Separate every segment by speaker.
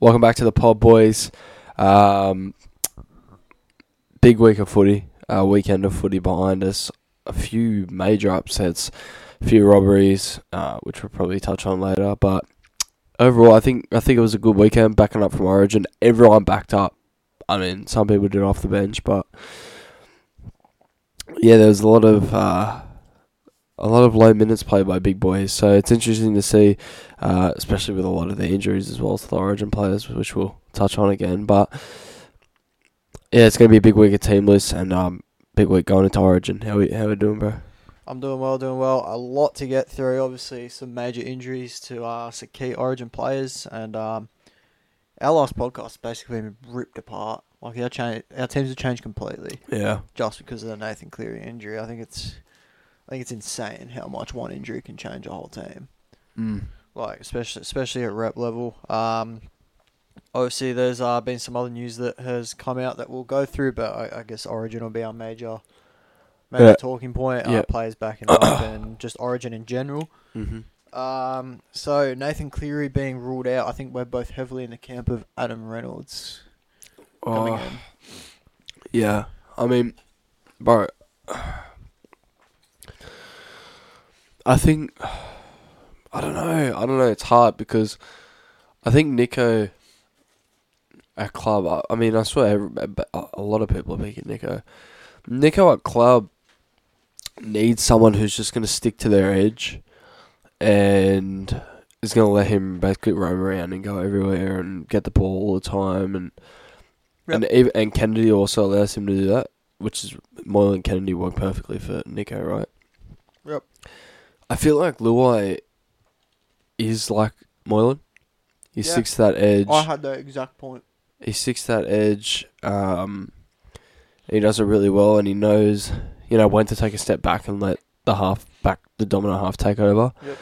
Speaker 1: Welcome back to the pod, boys. Um, big week of footy, uh, weekend of footy behind us. A few major upsets, a few robberies, uh, which we'll probably touch on later. But overall, I think I think it was a good weekend. Backing up from Origin, everyone backed up. I mean, some people did off the bench, but yeah, there was a lot of uh, a lot of low minutes played by big boys. So it's interesting to see, uh, especially with a lot of the injuries as well to the Origin players, which we'll touch on again. But yeah, it's going to be a big week of teamless and um, big week going into Origin. How we how we doing, bro?
Speaker 2: I'm doing well, doing well. A lot to get through. Obviously, some major injuries to uh, some key Origin players, and um, our last podcast basically been ripped apart. Like our change, our teams have changed completely
Speaker 1: Yeah,
Speaker 2: just because of the Nathan Cleary injury. I think it's, I think it's insane how much one injury can change a whole team.
Speaker 1: mm.
Speaker 2: Like especially especially at rep level. Um, obviously, there's uh, been some other news that has come out that we'll go through, but I, I guess Origin will be our major. Major
Speaker 1: Yeah.
Speaker 2: talking point, uh,
Speaker 1: Yeah.
Speaker 2: players backing up and just Origin in general.
Speaker 1: mm-hmm.
Speaker 2: Um, so Nathan Cleary being ruled out, I think we're both heavily in the camp of Adam Reynolds coming
Speaker 1: oh,
Speaker 2: in.
Speaker 1: yeah. I mean, bro, I think I don't know. I don't know. It's hard because I think Nico, at club. I, I mean, I swear, every- but a a lot of people are picking Nico. Nico at club needs someone who's just going to stick to their edge, and is going to let him basically roam around and go everywhere and get the ball all the time. And
Speaker 2: Yep.
Speaker 1: and ev and Kennedy also allows him to do that, which is Moyle and Kennedy work perfectly for Nico, right?
Speaker 2: Yep.
Speaker 1: I feel like Luai is like Moylan. He
Speaker 2: Yeah.
Speaker 1: sticks to that edge.
Speaker 2: I had that exact point.
Speaker 1: he sticks to that edge. Um, he does it really well, and he knows, you know, when to take a step back and let the half back, the dominant half take over.
Speaker 2: Yep.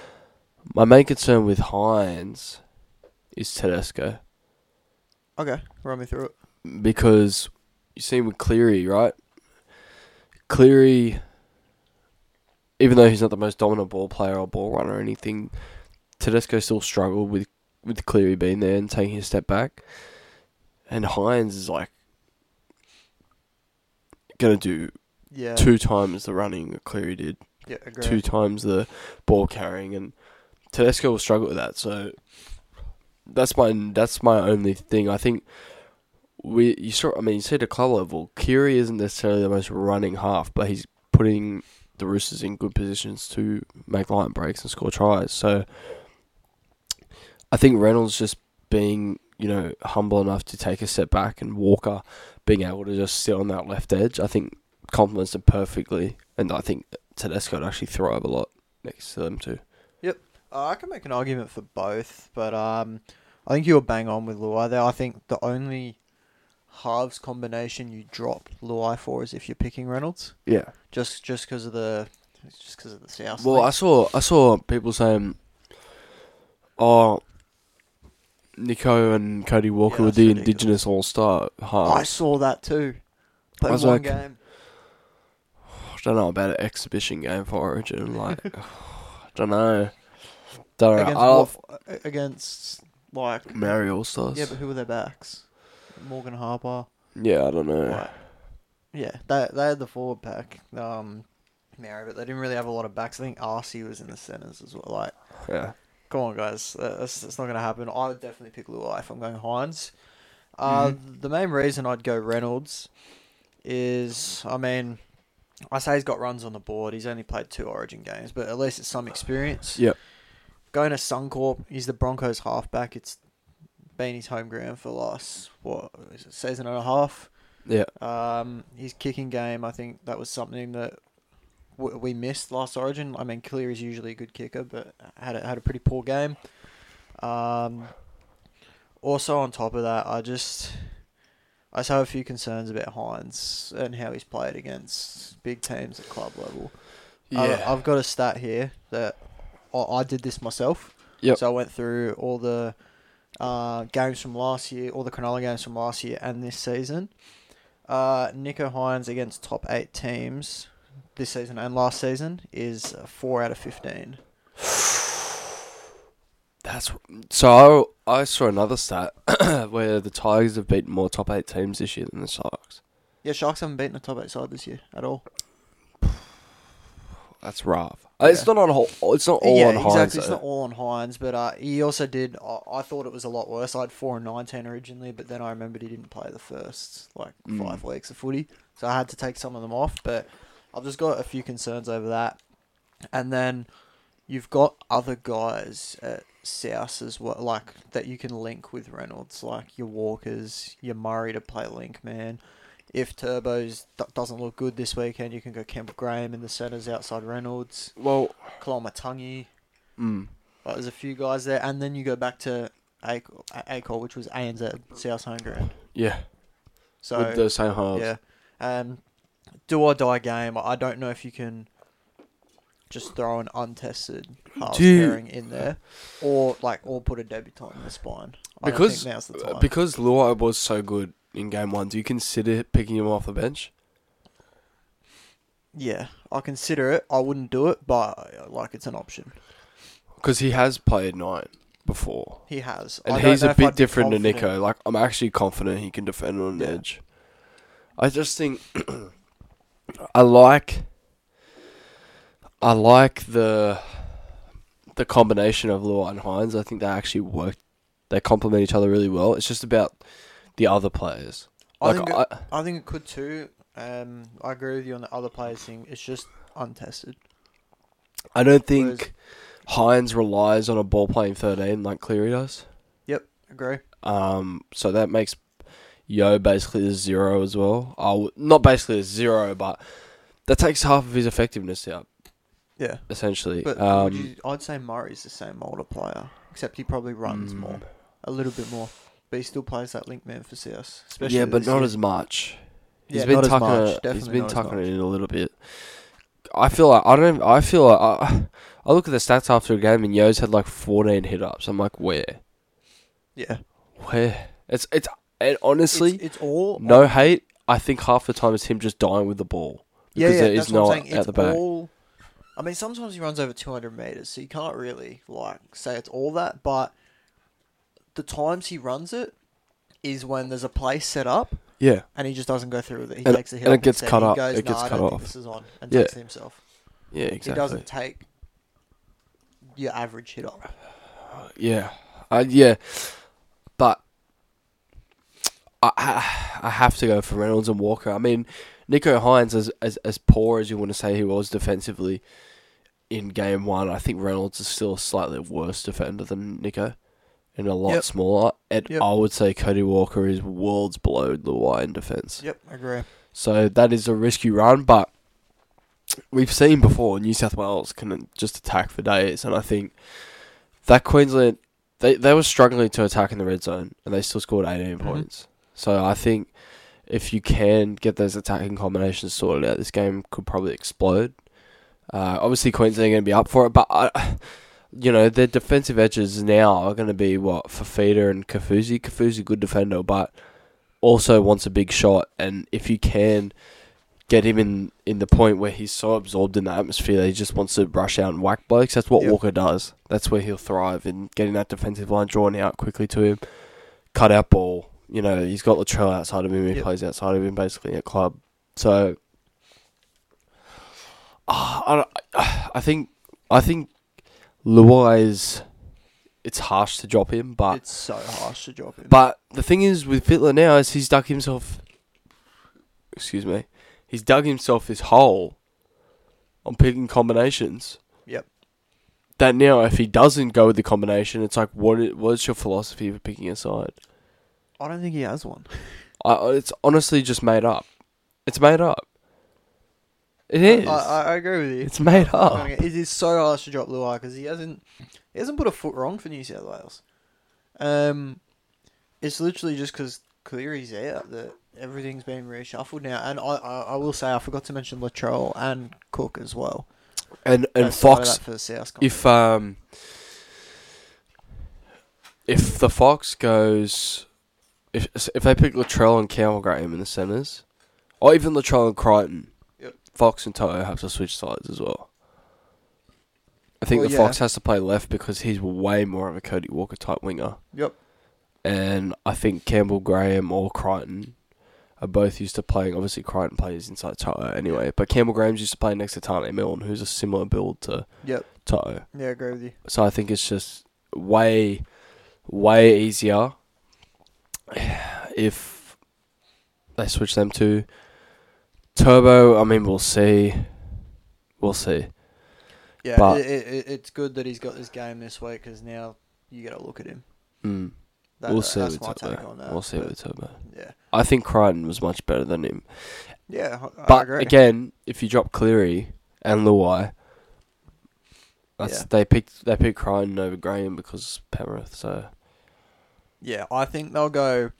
Speaker 1: My main concern with Hines is Tedesco
Speaker 2: Okay, run me through it.
Speaker 1: because you see with Cleary, right? Cleary, even though he's not the most dominant ball player or ball runner or anything, Tedesco still struggled with with Cleary being there and taking a step back, and Hines is like gonna do
Speaker 2: Yeah.
Speaker 1: two times the running that Cleary did,
Speaker 2: Yeah, agree.
Speaker 1: two times the ball carrying, and Tedesco will struggle with that. So that's my that's my only thing. I think we you saw. I mean, you see at the club level, Kiri isn't necessarily the most running half, but he's putting the Roosters in good positions to make line breaks and score tries. So I think Reynolds just being you know humble enough to take a step back and Walker being able to just sit on that left edge, I think complements it perfectly, and I think Tedesco would actually thrive a lot next to them too.
Speaker 2: Uh, I can make an argument for both, but um, I think you were bang on with Luai there. I think the only halves combination you drop Luai for is if you're picking Reynolds,
Speaker 1: Yeah.
Speaker 2: just just because of the just because of the South.
Speaker 1: Well, I saw I saw people saying, "Oh, Nico and Cody Walker
Speaker 2: Yeah,
Speaker 1: were
Speaker 2: that's
Speaker 1: the
Speaker 2: ridiculous.
Speaker 1: Indigenous All Star
Speaker 2: I
Speaker 1: halves."
Speaker 2: saw that too. Play
Speaker 1: I was
Speaker 2: one
Speaker 1: like-
Speaker 2: game.
Speaker 1: I don't know about an exhibition game for Origin. Like, don't know. Don't know.
Speaker 2: against
Speaker 1: I love
Speaker 2: what, against like
Speaker 1: Maori All Stars.
Speaker 2: yeah, but who were their backs? Morgan Harper.
Speaker 1: yeah, I don't know.
Speaker 2: Like, yeah, they they had the forward pack. Um, Mary, but they didn't really have a lot of backs. I think RC was in the centres as well. Like,
Speaker 1: Yeah.
Speaker 2: come on, guys, uh, that's, that's not gonna happen. I would definitely pick Luai if I'm going Hines. Uh, The main reason I'd go Reynolds is, I mean, I say he's got runs on the board. He's only played two Origin games, but at least it's some experience.
Speaker 1: Yep.
Speaker 2: Going to Suncorp, he's the Broncos halfback. It's been his home ground for the last what is it, season and a half.
Speaker 1: Yeah.
Speaker 2: Um, his kicking game, I think that was something that w- we missed last Origin. I mean, Cleary's usually a good kicker, but had a, had a pretty poor game. Um, also on top of that, I just I just have a few concerns about Hines and how he's played against big teams at club level. I, I've got a stat here that I, I did this myself.
Speaker 1: Yep.
Speaker 2: So I went through all the uh, games from last year, all the Cronulla games from last year and this season. Uh, Nico Hines against top eight teams this season and last season is uh, four out of fifteen.
Speaker 1: That's so. I, I saw another stat where the Tigers have beaten more top eight teams this year than the Sharks.
Speaker 2: Yeah, Sharks haven't beaten a top eight side this year at all.
Speaker 1: That's rough. Uh, It's
Speaker 2: Yeah.
Speaker 1: not on. Whole, it's not all
Speaker 2: yeah,
Speaker 1: on
Speaker 2: exactly.
Speaker 1: Hines.
Speaker 2: It's
Speaker 1: though.
Speaker 2: not all on Hines, but uh, he also did. I, I thought it was a lot worse. I had four and nineteen originally, but then I remembered he didn't play the first like
Speaker 1: Mm.
Speaker 2: five weeks of footy, so I had to take some of them off. But I've just got a few concerns over that, and then you've got other guys at South as well, like that you can link with Reynolds, like your Walkers, your Murray to play link man. If Turbo's d- doesn't look good this weekend, you can go Campbell Graham in the centres outside Reynolds,
Speaker 1: well,
Speaker 2: Kalama Tungy.
Speaker 1: mm,
Speaker 2: Like, there's a few guys there, and then you go back to Acor, Acor which was ANZ South home ground.
Speaker 1: yeah,
Speaker 2: So
Speaker 1: with the same halves.
Speaker 2: yeah, um, do or die game. I don't know if you can just throw an untested half
Speaker 1: Do you-
Speaker 2: pairing in there, or like or put a debutant in the spine. I don't
Speaker 1: Because-
Speaker 2: think now's the
Speaker 1: Uh,
Speaker 2: time.
Speaker 1: Because Luai was so good in game one, do you consider picking him off the bench?
Speaker 2: yeah, I consider it. I wouldn't do it, but uh, like it's an option.
Speaker 1: Because he has played nine before,
Speaker 2: He has, I
Speaker 1: and
Speaker 2: don't
Speaker 1: he's
Speaker 2: know
Speaker 1: a
Speaker 2: if I'd
Speaker 1: bit
Speaker 2: be
Speaker 1: different to
Speaker 2: confident.
Speaker 1: Nico. Like I'm actually confident he can defend on an
Speaker 2: Yeah.
Speaker 1: edge. I just think I like I like the the combination of Law and Hines. I think they actually work. They complement each other really well. It's just about the other players.
Speaker 2: I
Speaker 1: Like
Speaker 2: think
Speaker 1: I,
Speaker 2: I think it could too. Um, I agree with you on the other players thing. It's just untested.
Speaker 1: I don't think Hines relies on a ball playing thirteen like Cleary does.
Speaker 2: Yep, agree.
Speaker 1: Um, so that makes Yo basically a zero as well. I w- not basically a zero, but that takes half of his effectiveness out
Speaker 2: Yeah,
Speaker 1: essentially.
Speaker 2: but
Speaker 1: um,
Speaker 2: would you, I'd say Murray's the same multiplier, except he probably runs
Speaker 1: Mm.
Speaker 2: more, a little bit more. But he still plays that link man for CS. Especially
Speaker 1: yeah, but
Speaker 2: this
Speaker 1: not
Speaker 2: year.
Speaker 1: as much. He's
Speaker 2: Yeah,
Speaker 1: been
Speaker 2: not as
Speaker 1: tucking
Speaker 2: much,
Speaker 1: it- he's
Speaker 2: definitely
Speaker 1: been
Speaker 2: not as
Speaker 1: tucking
Speaker 2: much.
Speaker 1: it in a little bit. I feel like I don't. I feel like I, I look at the stats after a game and Yo's had like 14 hit ups. I'm like, where,
Speaker 2: Yeah,
Speaker 1: where? It's it's and honestly,
Speaker 2: it's, it's all on-
Speaker 1: no hate. I think half the time it's him just dying with the ball
Speaker 2: yeah,
Speaker 1: because
Speaker 2: yeah,
Speaker 1: there is
Speaker 2: that's what
Speaker 1: no
Speaker 2: I'm saying.
Speaker 1: at
Speaker 2: it's
Speaker 1: the back.
Speaker 2: all. I mean, sometimes he runs over 200 meters, so you can't really like say it's all that. But the times he runs it is when there's a play set up
Speaker 1: yeah,
Speaker 2: and he just doesn't go through with it. He
Speaker 1: And-
Speaker 2: takes a hit
Speaker 1: and it
Speaker 2: up
Speaker 1: gets
Speaker 2: instead.
Speaker 1: cut
Speaker 2: he
Speaker 1: up.
Speaker 2: Goes,
Speaker 1: It gets
Speaker 2: nah, I
Speaker 1: cut
Speaker 2: don't
Speaker 1: off.
Speaker 2: Think this is on, and
Speaker 1: Yeah.
Speaker 2: takes it himself.
Speaker 1: yeah,
Speaker 2: He doesn't
Speaker 1: exactly.
Speaker 2: take your average hit up.
Speaker 1: Yeah, uh, yeah, but I, I I have to go for Reynolds and Walker. I mean, Nico Hines as as as poor as you want to say he was defensively in game one. I think Reynolds is still a slightly worse defender than Nico, and a lot
Speaker 2: Yep.
Speaker 1: smaller. And
Speaker 2: Yep.
Speaker 1: I would say Cody Walker is worlds below Luai in defense.
Speaker 2: Yep, agree.
Speaker 1: So that is a risky run, but we've seen before New South Wales can just attack for days, and I think that Queensland they they were struggling to attack in the red zone, and they still scored 18
Speaker 2: Mhm.
Speaker 1: points. So I think if you can get those attacking combinations sorted out, this game could probably explode. Uh, obviously, Queensland are going to be up for it, but I, you know their defensive edges now are going to be what Fafita and Kafuzi. Kafuzi good defender, but also wants a big shot, and if you can get him in in the point where he's so absorbed in the atmosphere that he just wants to rush out and whack blokes, that's what
Speaker 2: Yep.
Speaker 1: Walker does. That's where he'll thrive in getting that defensive line drawn out quickly to him, cut out ball. You know, he's got Latrell outside of him. He
Speaker 2: Yep.
Speaker 1: plays outside of him basically at club. So, Ah, I, don't- I think I think Luai is. It's harsh to drop him, but
Speaker 2: It's so harsh to drop him.
Speaker 1: but the thing is with Fitler now is he's dug himself. Excuse me, he's dug himself this hole on picking combinations.
Speaker 2: Yep.
Speaker 1: That now, if he doesn't go with the combination, it's like what? i- What's your philosophy for picking a side?
Speaker 2: I don't think he has one.
Speaker 1: I, I- it's honestly just made up. It's made up. It is.
Speaker 2: I, I, I agree with you.
Speaker 1: it's made
Speaker 2: I
Speaker 1: up.
Speaker 2: mean, It is so harsh to drop Luai because he hasn't he hasn't put a foot wrong for New South Wales. Um, it's literally just because Cleary's out that everything's been reshuffled now. And I, I, I will say I forgot to mention Latrell and Cook as well.
Speaker 1: And and
Speaker 2: That's part of
Speaker 1: Fox
Speaker 2: that for the South
Speaker 1: if um if the fox goes if if they pick Latrell and Campbell Graham in the centers, or even Latrell and Crichton,
Speaker 2: Yep.
Speaker 1: Fox and Toto have to switch sides as well. I think
Speaker 2: Well,
Speaker 1: the
Speaker 2: yeah.
Speaker 1: Fox has to play left because he's way more of a Cody Walker type winger.
Speaker 2: Yep.
Speaker 1: And I think Campbell Graham or Crichton are both used to playing. Obviously, Crichton plays inside Toto anyway, but Campbell Graham's used to play next to Tane Milne, who's a similar build to
Speaker 2: Yep.
Speaker 1: Toto.
Speaker 2: Yeah, I agree with you.
Speaker 1: So I think it's just way, way easier if they switch them to turbo. I mean, we'll see. We'll see.
Speaker 2: Yeah,
Speaker 1: But-
Speaker 2: it, it, it- it's good that he's got this game this week because now you get a look at him.
Speaker 1: Mm.
Speaker 2: That,
Speaker 1: we'll see
Speaker 2: that's
Speaker 1: with
Speaker 2: my
Speaker 1: turbo.
Speaker 2: take on that.
Speaker 1: we'll see
Speaker 2: but
Speaker 1: with turbo.
Speaker 2: Yeah,
Speaker 1: I think Crichton was much better than him.
Speaker 2: yeah, I- I
Speaker 1: But
Speaker 2: agree.
Speaker 1: again, if you drop Cleary and Luai, that's
Speaker 2: Yeah.
Speaker 1: they picked they picked Crichton over Graham because Penrith. So
Speaker 2: yeah, I think they'll go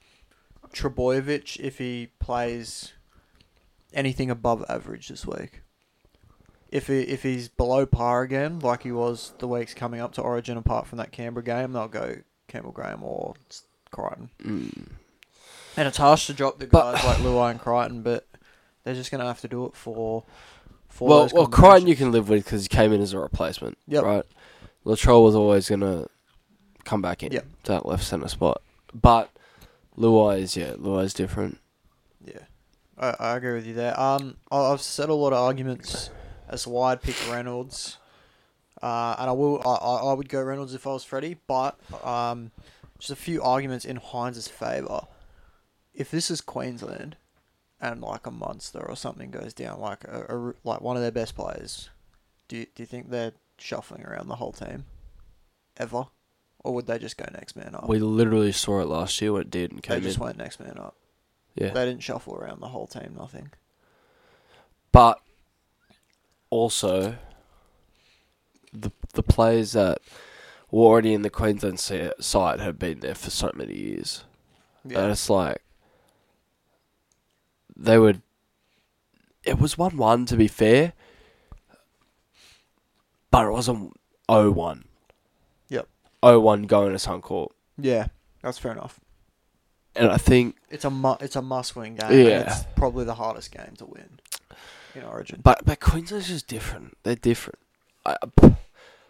Speaker 2: Trebojevic if he plays anything above average this week. If he, if he's below par again, like he was the weeks coming up to Origin, apart from that Canberra game, they'll go Campbell Graham or Crichton.
Speaker 1: mm.
Speaker 2: And it's harsh to drop the
Speaker 1: But-
Speaker 2: guys like Luai and Crichton, but they're just going to have to do it for. for
Speaker 1: well,
Speaker 2: those
Speaker 1: well, Crichton you
Speaker 2: combinations.
Speaker 1: can live with because he came in as a replacement.
Speaker 2: Yep.
Speaker 1: Right. Latrell was always gonna come back in
Speaker 2: Yep.
Speaker 1: to that left center spot, but Luai is yeah, Luai is different.
Speaker 2: Yeah, I, I agree with you there. Um, I- I've said a lot of arguments as to why I'd pick Reynolds, uh, and I will. I, I I would go Reynolds if I was Freddie, but um, just a few arguments in Hines' favour. If this is Queensland, and like a monster or something goes down, like a, a r- like one of their best players, do you, do you think they're shuffling around the whole team, ever, or would they just go next man up?
Speaker 1: We literally saw it last year when it did and
Speaker 2: Oh. they
Speaker 1: came
Speaker 2: just
Speaker 1: in.
Speaker 2: went next man up.
Speaker 1: Yeah.
Speaker 2: They didn't shuffle around the whole team. Nothing.
Speaker 1: But also, the the players that were already in the Queensland si- side have been there for so many years, and it's like they would. It was one one to be fair, but it wasn't 0-1.
Speaker 2: Yep.
Speaker 1: 0-1 going to Suncorp,
Speaker 2: Yeah, that's fair enough.
Speaker 1: and I think,
Speaker 2: It's a mu- it's a must-win game.
Speaker 1: Yeah.
Speaker 2: and it's probably the hardest game to win in Origin.
Speaker 1: but but Queensland's just different. They're different. I,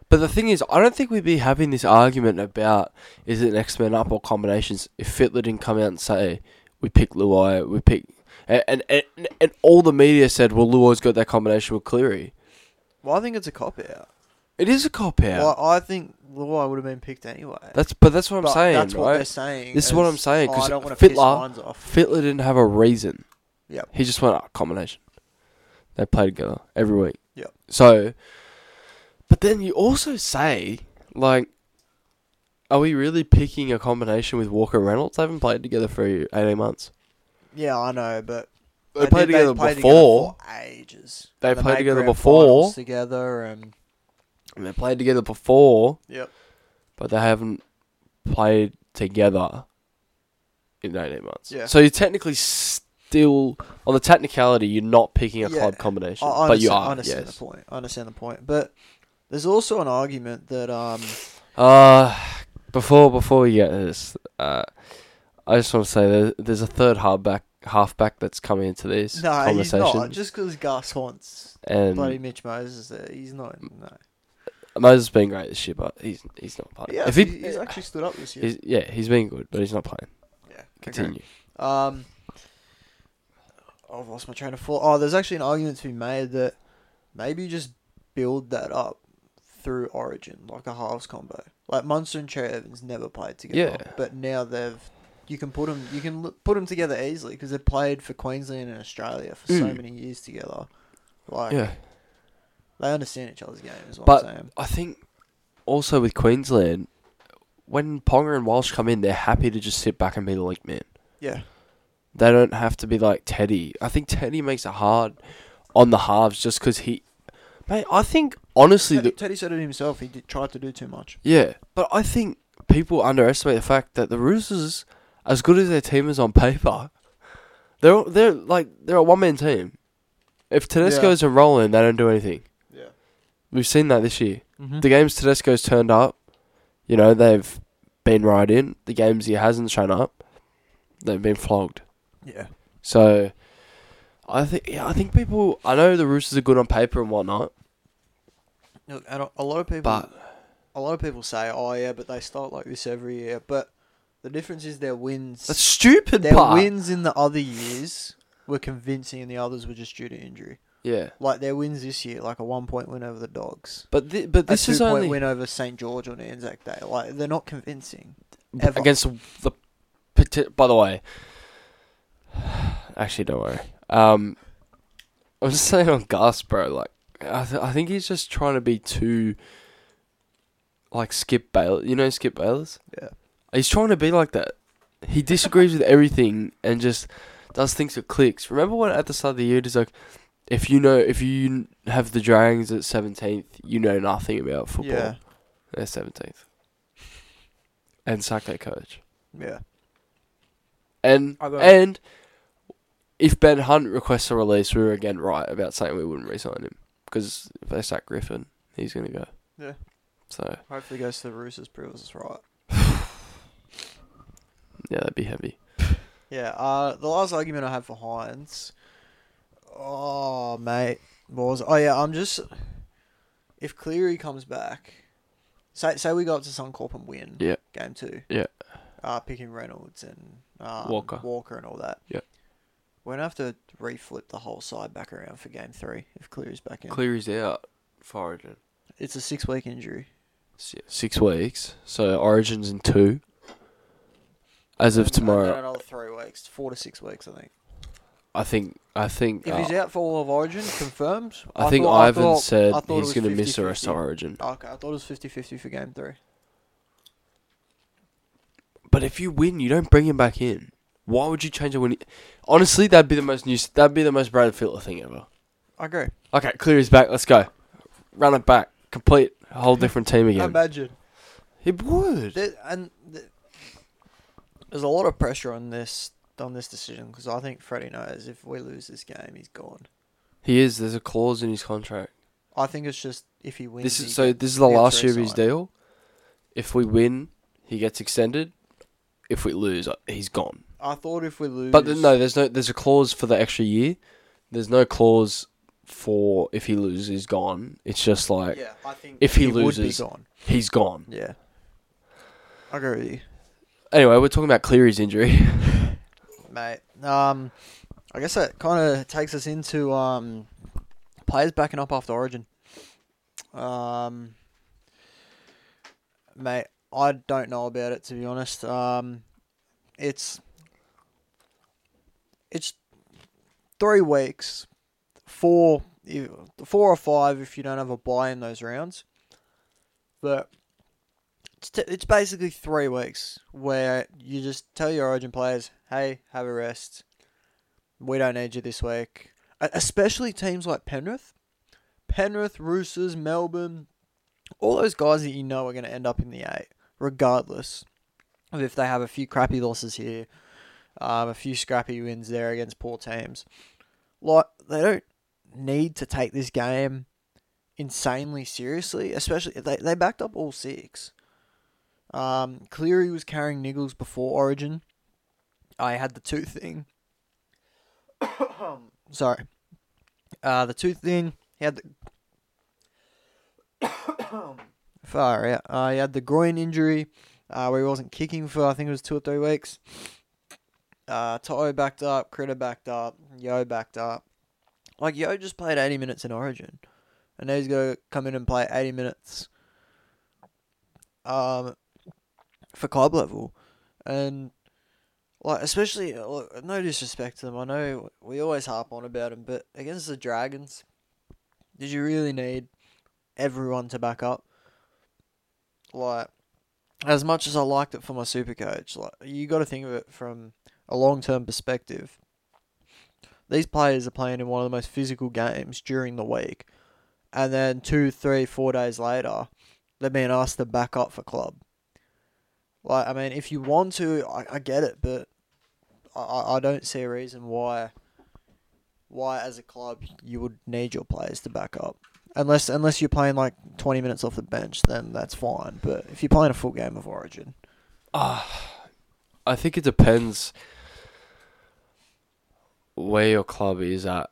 Speaker 1: but the thing is, I don't think we'd be having this argument about is it next man up or combinations if Fitler didn't come out and say we pick Luai, we pick, and and, and, and all the media said, well, Luai's got that combination with Cleary.
Speaker 2: well, I think it's a cop out.
Speaker 1: It is a cop out.
Speaker 2: Well, I think Luai would have been picked anyway.
Speaker 1: That's but that's what I'm
Speaker 2: But
Speaker 1: saying,
Speaker 2: That's what they're
Speaker 1: right?
Speaker 2: saying.
Speaker 1: This is what I'm saying,
Speaker 2: oh, I
Speaker 1: 'cause
Speaker 2: don't want to
Speaker 1: Fitler-
Speaker 2: piss lines off.
Speaker 1: Fitler didn't have a reason.
Speaker 2: Yep.
Speaker 1: He just went oh, combination. They play together every week.
Speaker 2: Yep.
Speaker 1: So, but then you also say like, are we really picking a combination with Walker and Reynolds? They haven't played together for eighteen months.
Speaker 2: Yeah, I know, but
Speaker 1: They
Speaker 2: I
Speaker 1: played
Speaker 2: think
Speaker 1: together
Speaker 2: played
Speaker 1: before.
Speaker 2: for ages.
Speaker 1: They
Speaker 2: And
Speaker 1: played
Speaker 2: made
Speaker 1: together
Speaker 2: grand
Speaker 1: before.
Speaker 2: finals together and
Speaker 1: and they played together before,
Speaker 2: yep,
Speaker 1: but they haven't played together in eighteen months.
Speaker 2: Yeah.
Speaker 1: So you're technically still on the technicality. You're not picking a
Speaker 2: Yeah.
Speaker 1: club combination,
Speaker 2: I, I
Speaker 1: but you
Speaker 2: understand- I
Speaker 1: are.
Speaker 2: understand
Speaker 1: Yes.
Speaker 2: the point. I understand the point, but there's also an argument that um
Speaker 1: Uh before before we get this, uh, I just want to say there, there's a third halfback halfback that's coming into this
Speaker 2: no, he's
Speaker 1: conversation,
Speaker 2: not just because Gus wants
Speaker 1: and
Speaker 2: Bloody Mitch Moses, uh, he's not. No.
Speaker 1: Moses has been great this year, but he's he's not playing.
Speaker 2: Yeah,
Speaker 1: Uh, if he,
Speaker 2: he- he's actually stood up this year.
Speaker 1: he's, yeah, he's been good, but he's not playing.
Speaker 2: Yeah, okay.
Speaker 1: Continue.
Speaker 2: Um, I've lost my train of thought. Oh, there's actually an argument to be made that maybe you just build that up through Origin, like a halves combo. Like Munster and Cherry Evans never played together,
Speaker 1: Yeah.
Speaker 2: but now they've. You can put them. You can l- put them together easily because they've played for Queensland and Australia for so
Speaker 1: Mm.
Speaker 2: many years together. Like
Speaker 1: Yeah,
Speaker 2: they understand each other's game. Is what
Speaker 1: But-
Speaker 2: I'm saying.
Speaker 1: I think also with Queensland, when Ponga and Walsh come in, they're happy to just sit back and be the league man.
Speaker 2: Yeah.
Speaker 1: They don't have to be like Teddy. I think Teddy makes it hard on the halves just because he. Mate, I think honestly,
Speaker 2: Teddy,
Speaker 1: the,
Speaker 2: Teddy said it himself. He did, tried to do too much.
Speaker 1: yeah, but I think people underestimate the fact that the Roosters, as good as their team is on paper, they're they're like they're a one man team. If Tedesco's and rolling, they don't do anything.
Speaker 2: Yeah.
Speaker 1: We've seen that this year.
Speaker 2: Mm-hmm.
Speaker 1: The games Tedesco's turned up, you know they've been right in. The games he hasn't shown up, they've been flogged.
Speaker 2: Yeah.
Speaker 1: So, I think yeah, I think people. I know the Roosters are good on paper and whatnot,
Speaker 2: Look, and a- a lot of people,
Speaker 1: But
Speaker 2: a lot of people say, "Oh yeah," but they start like this every year. But the difference is their wins.
Speaker 1: the stupid
Speaker 2: their
Speaker 1: part.
Speaker 2: wins in the other years were convincing, and the others were just due to injury.
Speaker 1: Yeah,
Speaker 2: Like their wins this year, like a one point win over the Dogs,
Speaker 1: but thi- but this
Speaker 2: a two
Speaker 1: is
Speaker 2: point
Speaker 1: only
Speaker 2: win over St George on Anzac Day. Like they're not convincing. ever.
Speaker 1: against the. pati- By the way, actually, don't worry. Um, I was just saying on Gus, bro. Like, I th- I think he's just trying to be too. Like Skip Baylor, you know Skip Baylor's.
Speaker 2: Yeah.
Speaker 1: He's trying to be like that. He disagrees with everything and just does things with clicks. Remember when at the start of the year, it is like, if you know, if you have the Dragons at seventeenth, you know nothing about football.
Speaker 2: Yeah,
Speaker 1: They're seventeenth. And sack their coach.
Speaker 2: yeah.
Speaker 1: And
Speaker 2: I don't-
Speaker 1: and if Ben Hunt requests a release, we were again right about saying we wouldn't resign him because if they sack Griffin, he's gonna go.
Speaker 2: Yeah.
Speaker 1: So
Speaker 2: Hopefully, goes to the Roosters proves us right.
Speaker 1: yeah, that'd be heavy.
Speaker 2: Yeah, uh, the last argument I had for Hines. Oh, mate. What was Oh, yeah, I'm just. If Cleary comes back. Say, say we go up to Suncorp and win
Speaker 1: Yeah.
Speaker 2: game two.
Speaker 1: Yeah.
Speaker 2: Uh, picking Reynolds and um,
Speaker 1: Walker.
Speaker 2: Walker and all that.
Speaker 1: Yeah.
Speaker 2: We're going to have to reflip the whole side back around for game three if Cleary's back in.
Speaker 1: Cleary's out for Origin.
Speaker 2: it's a six week injury.
Speaker 1: Six weeks. So Origin's in two. As of
Speaker 2: And- and then
Speaker 1: tomorrow,
Speaker 2: Another three weeks, four to six weeks, I think.
Speaker 1: I think I think
Speaker 2: If
Speaker 1: uh,
Speaker 2: he's out for all of Origin, confirmed.
Speaker 1: I think
Speaker 2: thought- I
Speaker 1: Ivan
Speaker 2: thought-
Speaker 1: said
Speaker 2: I thought it
Speaker 1: he's
Speaker 2: was
Speaker 1: gonna miss the rest
Speaker 2: 50-50.
Speaker 1: of Origin.
Speaker 2: Okay, I thought it was 50 50 for game three.
Speaker 1: But if you win, you don't bring him back in. Why would you change a win? Honestly, that'd be the most news. That'd be the most Brad Fittler thing ever.
Speaker 2: I agree.
Speaker 1: Okay, clear his back. Let's go. Run it back. Complete a whole different team again.
Speaker 2: Imagine.
Speaker 1: He would.
Speaker 2: There, and th there's a lot of pressure on this on this decision because I think Freddie knows if we lose this game, he's gone.
Speaker 1: He is. There's a clause in his contract.
Speaker 2: I think it's just if he wins.
Speaker 1: This
Speaker 2: he
Speaker 1: is so.
Speaker 2: gets-
Speaker 1: This is the
Speaker 2: he gets
Speaker 1: last year of his
Speaker 2: re-signed.
Speaker 1: deal. If we win, he gets extended. If we lose, uh, he's gone.
Speaker 2: I thought if we lose.
Speaker 1: But th- no, there's no. There's a clause for the extra year. There's no clause for if he loses, he's gone. It's just like
Speaker 2: Yeah, I think
Speaker 1: if he
Speaker 2: would be
Speaker 1: loses-
Speaker 2: gone.
Speaker 1: he's gone.
Speaker 2: Yeah. I agree with you,
Speaker 1: Anyway, we're talking about Cleary's injury.
Speaker 2: mate. Um, I guess that kind of takes us into um, players backing up after Origin. Um, mate, I don't know about it to be honest. Um, it's it's three weeks, four, if- four or five if you don't have a buy in those rounds. But it's, t- it's basically three weeks where you just tell your Origin players, hey, have a rest. We don't need you this week. E- Especially teams like Penrith, Penrith, Roosters, Melbourne, all those guys that you know are going to end up in the eight, regardless of if they have a few crappy losses here, um, a few scrappy wins there against poor teams. Like they don't need to take this game insanely seriously, especially they they backed up all six. Um, Cleary was carrying niggles before Origin. I had the two thing. Sorry. Uh, the two thing. He had the. Far out. Uh, he had the groin injury uh, where he wasn't kicking for, I think it was two or three weeks. Uh, Toto backed up, Critter backed up, Yo backed up. Like, Yo just played 80 minutes in Origin. And now he's going to come in and play 80 minutes um, for club level, and like especially uh, look, no disrespect to them. I know we always harp on about them, but against the Dragons, did you really need everyone to back up? Like, as much as I liked it for my super coach, like you got to think of it from a long term perspective. These players are playing in one of the most physical games during the week, and then two, three, four days later, they're being asked to back up for club. Like, I mean, if you want to, I, I get it, but I- I, I don't see a reason why, why as a club you would need your players to back up, unless unless you're playing like twenty minutes off the bench, then that's fine. But if you're playing a full game of Origin,
Speaker 1: Ah, I think it depends where your club is at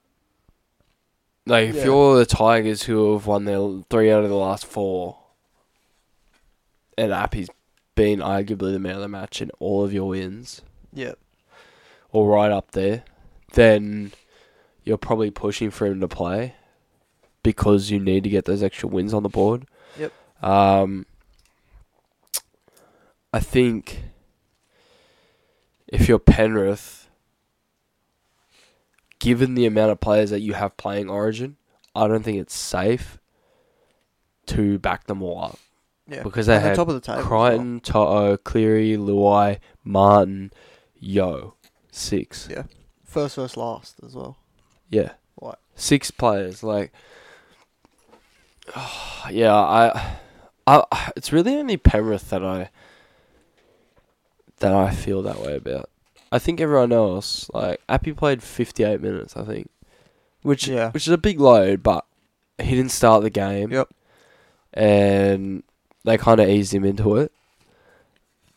Speaker 1: Like if
Speaker 2: Yeah.
Speaker 1: you're the Tigers who have won their l- three out of the last four, and Appy's been arguably the man of the match in all of your wins,
Speaker 2: Yeah.
Speaker 1: or right up there, then you're probably pushing for him to play because you need to get those extra wins on the board.
Speaker 2: Yep.
Speaker 1: Um, I think if you're Penrith, given the amount of players that you have playing Origin, I don't think it's safe to back them all up
Speaker 2: Yeah.
Speaker 1: because they
Speaker 2: At the
Speaker 1: have
Speaker 2: top of the table as well.
Speaker 1: Crichton, Toto, Cleary, Luai, Martin, Yo, six.
Speaker 2: Yeah. First, first, last as well.
Speaker 1: Yeah.
Speaker 2: Like-
Speaker 1: Six players. Like, yeah, I, I, it's really only Penrith that I, that I feel that way about. I think everyone else, like Appy, played fifty-eight minutes. I think, which
Speaker 2: Yeah.
Speaker 1: which is a big load, but he didn't start the game.
Speaker 2: Yep.
Speaker 1: And they kind of eased him into it.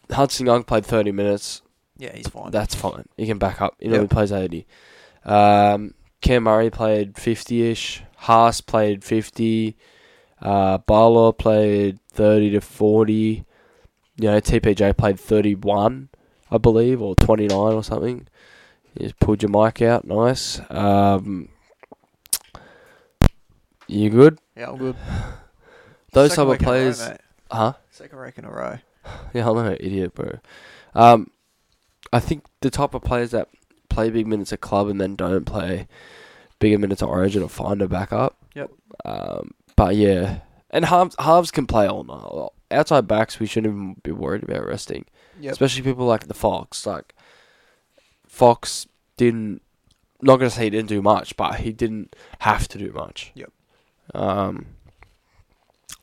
Speaker 1: Hudson Young played thirty minutes.
Speaker 2: Yeah, he's fine.
Speaker 1: That's fine. He can back up. You know,
Speaker 2: Yep.
Speaker 1: he plays 80. Um, Cam Murray played 50 ish. Haas played 50. Uh, Barlow played 30 to 40. You know, TPJ played 31, I believe, or 29 or something. You just pulled your mic out. Nice. Um, you good?
Speaker 2: yeah, I'm good.
Speaker 1: Those
Speaker 2: Second
Speaker 1: type of
Speaker 2: week in a row,
Speaker 1: players.
Speaker 2: mate.
Speaker 1: Huh?
Speaker 2: Second week in a row.
Speaker 1: Yeah, I'm an idiot, bro. Um, I think the type of players that play big minutes at club and then don't play bigger minutes at Origin or find a backup.
Speaker 2: Yep.
Speaker 1: Um, but yeah, and halves halves can play all night. Outside backs, we shouldn't even be worried about resting,
Speaker 2: Yep.
Speaker 1: especially people like the Fox. Like Fox didn't. Not gonna say he didn't do much, but he didn't have to do much.
Speaker 2: Yep.
Speaker 1: Um,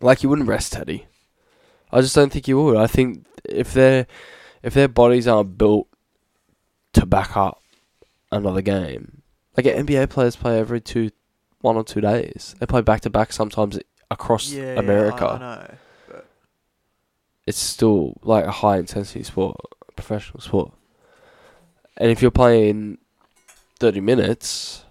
Speaker 1: like you wouldn't rest Teddy. I just don't think you would. I think if their if their bodies aren't built to back up another game, like NBA players play every two, one or two days. They play back to back sometimes across
Speaker 2: yeah,
Speaker 1: America.
Speaker 2: Yeah, I, I know.
Speaker 1: It's still like a high intensity sport, a professional sport. And if you're playing thirty minutes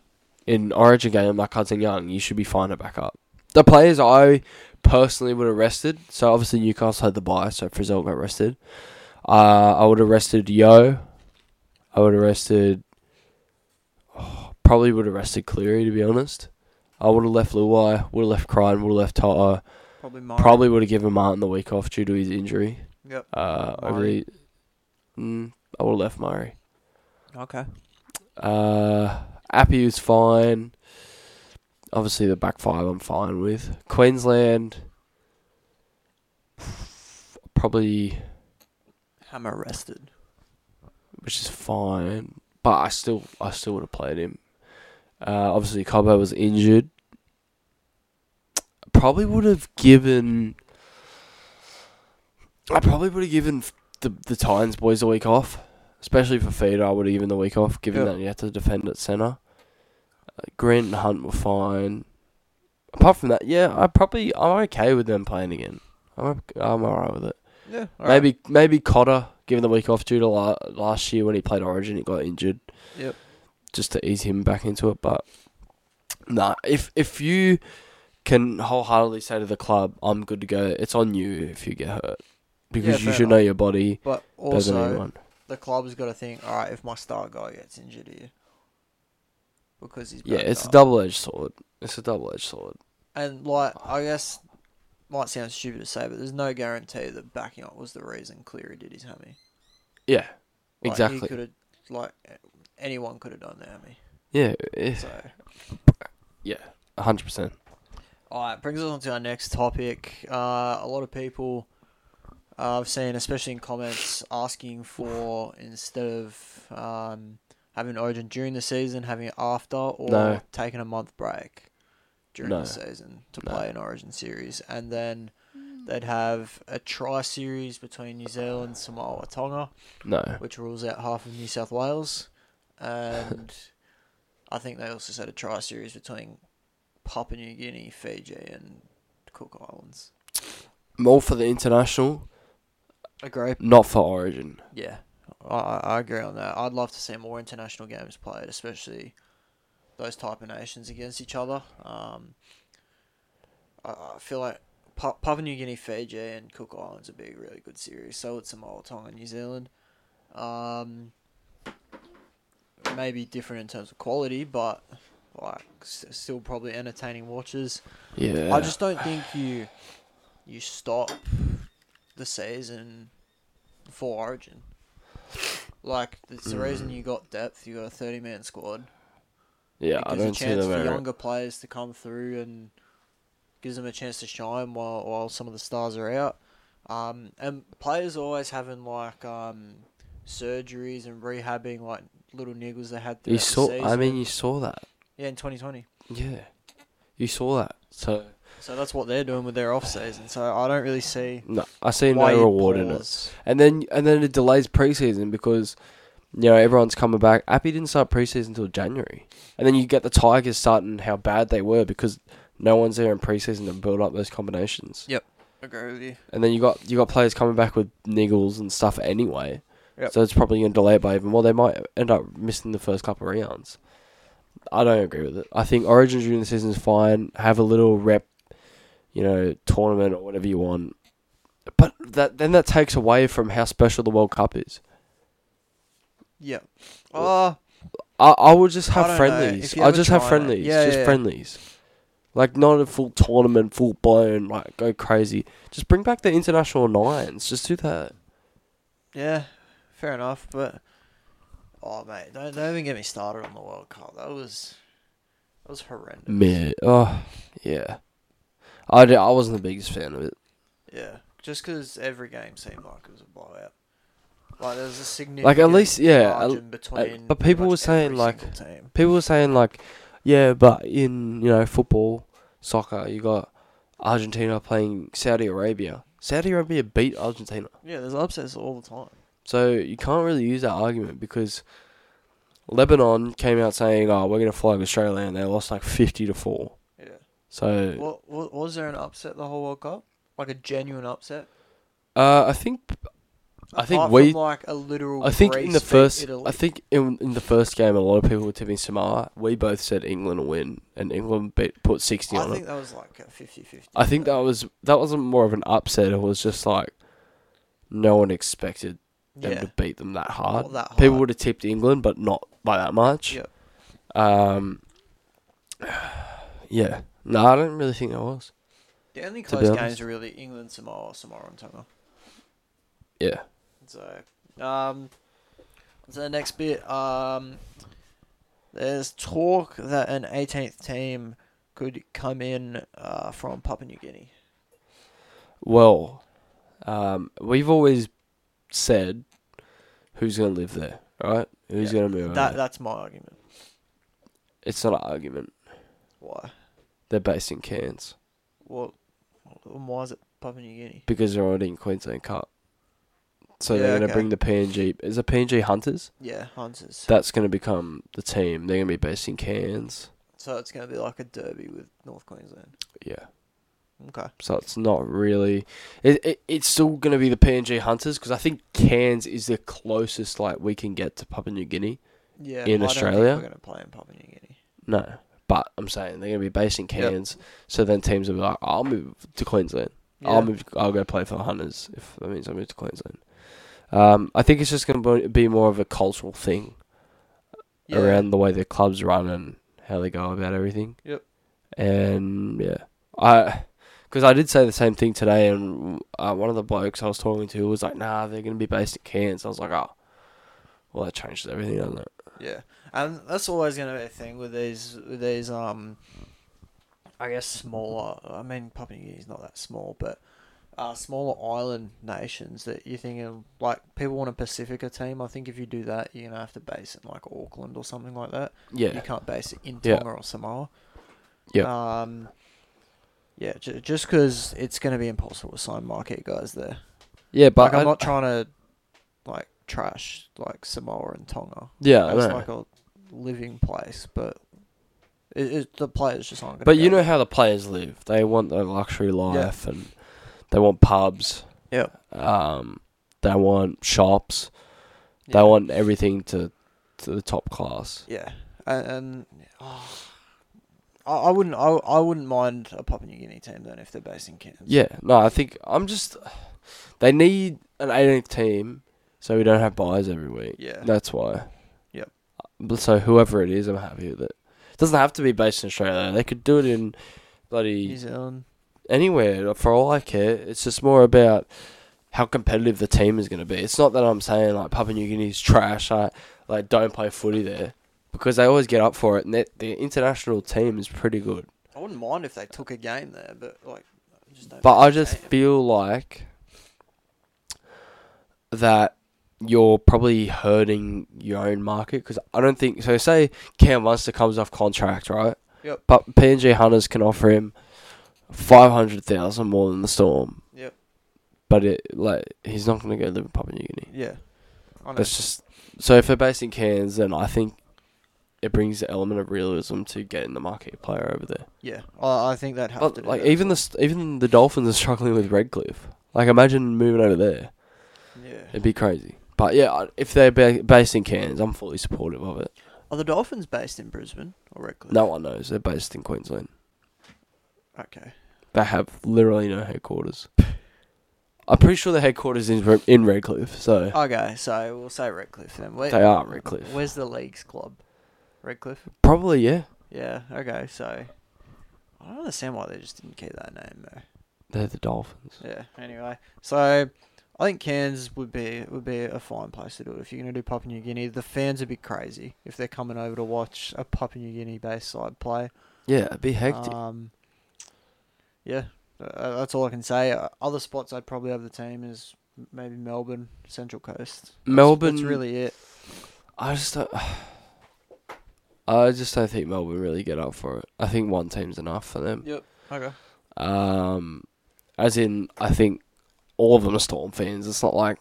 Speaker 1: in Origin game like Hudson Young, you should be fine to back up. The players I personally would have rested. So obviously Newcastle had the bye, so Frizzell got rested. Uh, I would have rested Yo. I would have rested. oh, probably would have rested Cleary to be honest. I would have left Luai. Would have left Crichton. Would have left Toto.
Speaker 2: Probably Murray.
Speaker 1: Probably would have given Martin the week off due to his injury.
Speaker 2: Yep.
Speaker 1: Uh, I
Speaker 2: Murray.
Speaker 1: really, mm, I would have left Murray.
Speaker 2: Okay.
Speaker 1: Uh, Appy was fine. Obviously, the back five I'm fine with. Queensland, probably,
Speaker 2: Hammer rested.
Speaker 1: which is fine, but I still, I still would have played him. Uh, obviously, Cobo was injured. Probably would have given. I probably would have given the the Titans boys a week off, especially for feeder. I would have given the week off, given
Speaker 2: Yeah.
Speaker 1: that you had to defend at center. Uh, Grant and Hunt were fine. Apart from that, yeah, I probably I'm okay with them playing again. I'm I'm alright with it.
Speaker 2: Yeah.
Speaker 1: maybe maybe Cotter given the week off due to la- last year when he played Origin, he got injured
Speaker 2: Yep.
Speaker 1: just to ease him back into it. But nah, if if you can wholeheartedly say to the club, "I'm good to go," it's on you if you get hurt because you
Speaker 2: fair
Speaker 1: should know your body
Speaker 2: But
Speaker 1: better than
Speaker 2: also,
Speaker 1: anyone.
Speaker 2: the club's got to think. All right, if my star guy gets injured here, because he's
Speaker 1: Yeah,
Speaker 2: backed
Speaker 1: it's a
Speaker 2: up.
Speaker 1: double-edged sword. It's a double-edged sword.
Speaker 2: And like, I guess might sound stupid to say, but there's no guarantee that backing up was the reason Cleary did his hammy.
Speaker 1: Yeah,
Speaker 2: Like, He
Speaker 1: Exactly.
Speaker 2: could have like anyone could have done the hammy.
Speaker 1: yeah, eh,
Speaker 2: So,
Speaker 1: yeah, hundred percent.
Speaker 2: all right, brings us on to our next topic. Uh, a lot of people uh, I've seen, especially in comments, asking for instead of um, having Origin during the season, having it after, or
Speaker 1: No.
Speaker 2: taking a month break during
Speaker 1: No.
Speaker 2: the season to
Speaker 1: No.
Speaker 2: play an Origin series, and then. They'd have a tri series between New Zealand, Samoa, Tonga,
Speaker 1: No,
Speaker 2: which rules out half of New South Wales, and I think they also said a tri series between Papua New Guinea, Fiji, and Cook Islands.
Speaker 1: more for the international,
Speaker 2: Agree.
Speaker 1: not for Origin.
Speaker 2: Yeah, I, I I agree on that. I'd love to see more international games played, especially those type of nations against each other. Um, I, I feel like Pa- Papua New Guinea, Fiji, and Cook Islands would be a really good series. So would Samoa, Tonga, New Zealand. Um, maybe different in terms of quality, but like s- still probably entertaining watches.
Speaker 1: Yeah.
Speaker 2: I just don't think you you stop the season before Origin. Like it's the reason
Speaker 1: Mm.
Speaker 2: you got depth. You got a thirty man squad.
Speaker 1: yeah,
Speaker 2: It
Speaker 1: I
Speaker 2: gives a
Speaker 1: don't see
Speaker 2: chance
Speaker 1: them
Speaker 2: for
Speaker 1: ever.
Speaker 2: younger players to come through and gives them a chance to shine while while some of the stars are out. Um, and players are always having like um, surgeries and rehabbing like little niggles they had throughout
Speaker 1: You
Speaker 2: the
Speaker 1: saw.
Speaker 2: season.
Speaker 1: I mean, you saw that.
Speaker 2: yeah, in twenty twenty.
Speaker 1: Yeah, you saw that. So
Speaker 2: So that's what they're doing with their off season. So I don't really see
Speaker 1: no, I see
Speaker 2: why
Speaker 1: no
Speaker 2: you'd
Speaker 1: reward in it.
Speaker 2: pause.
Speaker 1: And then and then it delays preseason because you know everyone's coming back. Appy didn't start preseason until January, and then you get the Tigers starting how bad they were because no one's there in preseason to build up those combinations.
Speaker 2: Yeah. Agree with you.
Speaker 1: And then you got you got players coming back with niggles and stuff anyway.
Speaker 2: Yep.
Speaker 1: So it's probably going to delay it by even more. They might end up missing the first couple of rounds. I don't agree with it. I think Origin during the season is fine. Have a little rep, you know, tournament or whatever you want. But that then that takes away from how special the World Cup is.
Speaker 2: Yeah. Uh,
Speaker 1: I I would just
Speaker 2: I
Speaker 1: have
Speaker 2: don't know. If
Speaker 1: friendlies.
Speaker 2: you
Speaker 1: I
Speaker 2: ever
Speaker 1: just have
Speaker 2: try it-
Speaker 1: friendlies.
Speaker 2: Yeah,
Speaker 1: just
Speaker 2: yeah, yeah.
Speaker 1: friendlies. Like not a full tournament, full blown, like go crazy. Just bring back the international nines. Just do that.
Speaker 2: yeah, fair enough. But oh mate, don't don't even get me started on the World Cup. That was that was horrendous.
Speaker 1: Mid. Oh, yeah. I, d- I wasn't the biggest fan of it.
Speaker 2: Yeah, just because every game seemed like it was a blowout. Like there was a significant
Speaker 1: Like, at least- yeah,
Speaker 2: margin
Speaker 1: uh,
Speaker 2: between.
Speaker 1: but
Speaker 2: pretty
Speaker 1: people
Speaker 2: much
Speaker 1: were saying,
Speaker 2: every
Speaker 1: like-
Speaker 2: single team.
Speaker 1: People were saying like, yeah, but in you know football, soccer, you got Argentina playing Saudi Arabia. Saudi Arabia beat Argentina,
Speaker 2: Yeah, there's upsets all the time.
Speaker 1: so you can't really use that argument because Lebanon came out saying, "Oh, we're gonna flag Australia," and they lost like fifty to four.
Speaker 2: Yeah.
Speaker 1: So
Speaker 2: What, what was there an upset the whole World Cup? Like a genuine upset?
Speaker 1: uh, I think I think
Speaker 2: Apart
Speaker 1: we
Speaker 2: from, like a literal.
Speaker 1: I think in
Speaker 2: Greece
Speaker 1: the
Speaker 2: beat
Speaker 1: first,
Speaker 2: Italy.
Speaker 1: I think in, in the first game, a lot of people were tipping Samoa. We both said England will win, and England beat, put sixty
Speaker 2: I
Speaker 1: on
Speaker 2: think
Speaker 1: it.
Speaker 2: that was like a 50-50.
Speaker 1: I think that was that wasn't more of an upset. It was just like no one expected them
Speaker 2: yeah.
Speaker 1: to beat them that hard.
Speaker 2: Not that
Speaker 1: People
Speaker 2: hard.
Speaker 1: would have tipped England, but not by that much.
Speaker 2: Yep.
Speaker 1: Um. Yeah. No, I don't really think that was.
Speaker 2: The only
Speaker 1: to be
Speaker 2: close
Speaker 1: honest.
Speaker 2: games are really England, Samoa, Samoa, and Tonga.
Speaker 1: Yeah.
Speaker 2: So, um, so the next bit, um, there's talk that an 18th team could come in uh, from Papua New Guinea.
Speaker 1: Well, um, we've always said who's going to live there, right? Who's
Speaker 2: Yeah.
Speaker 1: going to move? over
Speaker 2: That that's my argument.
Speaker 1: It's not an argument.
Speaker 2: Why?
Speaker 1: They're based in Cairns
Speaker 2: Well, why is it Papua New Guinea?
Speaker 1: because they're already in Queensland Cup. So
Speaker 2: Yeah,
Speaker 1: they're going to
Speaker 2: okay.
Speaker 1: bring the PNG. Is it PNG Hunters?
Speaker 2: Yeah, Hunters.
Speaker 1: That's going to become the team. They're going to be based in Cairns.
Speaker 2: so it's gonna be like a derby with North Queensland.
Speaker 1: Yeah.
Speaker 2: Okay.
Speaker 1: So it's not really. It, it, it's still going to be the PNG Hunters because I think Cairns is the closest like we can get to Papua New Guinea. In
Speaker 2: Yeah. I don't think
Speaker 1: Australia?
Speaker 2: we're gonna play in Papua New Guinea.
Speaker 1: No. But I'm saying they're going to be based in
Speaker 2: Yep.
Speaker 1: Cairns. So then teams will be like, I'll move to Queensland.
Speaker 2: Yeah.
Speaker 1: I'll move. I'll go play for the Hunters if that means I move to Queensland. Um, I think it's just going to be more of a cultural thing
Speaker 2: Yeah.
Speaker 1: around the way the clubs run and how they go about everything.
Speaker 2: Yep.
Speaker 1: And yeah, I because I did say the same thing today, and uh, one of the blokes I was talking to was like, "Nah, they're going to be based in Cairns." I was like, "Oh, well, that changes everything, doesn't it?"
Speaker 2: Yeah, and that's always going to be a thing with these with these um, I guess smaller. I mean, Papua New Guinea's not that small, but uh, smaller island nations that you're thinking like people want a Pacifica team. I think if you do that, you're gonna have to base it in like Auckland or something like that.
Speaker 1: Yeah.
Speaker 2: You can't base it in
Speaker 1: Yeah.
Speaker 2: Tonga or Samoa.
Speaker 1: Yeah.
Speaker 2: Um, yeah, ju- just because it's going to be impossible to sign marquee guys there.
Speaker 1: yeah, but
Speaker 2: like, I'm
Speaker 1: I-
Speaker 2: not trying to like trash like Samoa and Tonga.
Speaker 1: yeah, I
Speaker 2: It's
Speaker 1: know.
Speaker 2: like a living place, but it, it, the players just aren't. Gonna
Speaker 1: But you
Speaker 2: go.
Speaker 1: know how the players live. They want their luxury life and they want pubs.
Speaker 2: Yeah.
Speaker 1: Um, they want shops.
Speaker 2: yeah.
Speaker 1: They want everything to, to the top class.
Speaker 2: Yeah, And, and oh, I, I wouldn't I, I wouldn't mind a Papua New Guinea team then if they're based in Cairns.
Speaker 1: Yeah, no, I think I'm just. They need an 18th team so we don't have buys every week.
Speaker 2: Yeah.
Speaker 1: That's why.
Speaker 2: Yep.
Speaker 1: But So whoever it is, I'm happy with it. doesn't have to be based in Australia. They could do it in
Speaker 2: New
Speaker 1: bloody
Speaker 2: Zealand.
Speaker 1: anywhere. For all I care, it's just more about how competitive the team is going to be. It's not that I'm saying like Papua New Guinea's trash. I like don't play footy there because they always get up for it, and their- their international team is pretty good.
Speaker 2: I wouldn't mind if they took a game there, but like, I just don't
Speaker 1: But
Speaker 2: think
Speaker 1: I
Speaker 2: they
Speaker 1: just
Speaker 2: can.
Speaker 1: feel like that you're probably hurting your own market because I don't think so. Say Cam Munster comes off contract, right?
Speaker 2: Yep.
Speaker 1: But PNG Hunters can offer him five hundred thousand more than the Storm.
Speaker 2: Yep.
Speaker 1: But it like he's not going to go live in Papua New Guinea.
Speaker 2: yeah. I know.
Speaker 1: That's just so if they're based in Cairns, then I think it brings the element of realism to getting the market player over there.
Speaker 2: yeah, I, I think that have to
Speaker 1: But
Speaker 2: do
Speaker 1: like
Speaker 2: that.
Speaker 1: even the st- even the Dolphins are struggling with Redcliffe. Like imagine moving over there.
Speaker 2: yeah.
Speaker 1: It'd be crazy. But yeah, I- if they're ba- based in Cairns, I'm fully supportive of it.
Speaker 2: Are the Dolphins based in Brisbane or Redcliffe?
Speaker 1: No one knows. They're based in Queensland.
Speaker 2: Okay.
Speaker 1: They have literally no headquarters. I'm pretty sure the headquarters is Re- in Redcliffe, so
Speaker 2: Okay, so we'll say Redcliffe then. Where,
Speaker 1: they are Redcliffe.
Speaker 2: Where's the league's club? Redcliffe.
Speaker 1: Probably, yeah.
Speaker 2: Yeah. Okay. So I don't understand why they just didn't keep that name though.
Speaker 1: They're the Dolphins.
Speaker 2: Yeah. Anyway, so I think Cairns would be would be a fine place to do it if you're gonna do Papua New Guinea. The fans would be crazy if they're coming over to watch a Papua New Guinea based side play.
Speaker 1: Yeah, it'd be hectic.
Speaker 2: Um, yeah, uh, that's all I can say. Uh, other spots I'd probably have the team is m- maybe Melbourne, Central Coast. That's-
Speaker 1: Melbourne-
Speaker 2: That's really it.
Speaker 1: I just don't. I just don't think Melbourne really get up for it. I think one team's enough for them.
Speaker 2: Yep. Okay.
Speaker 1: Um, as in, I think all of them are Storm fans. It's not like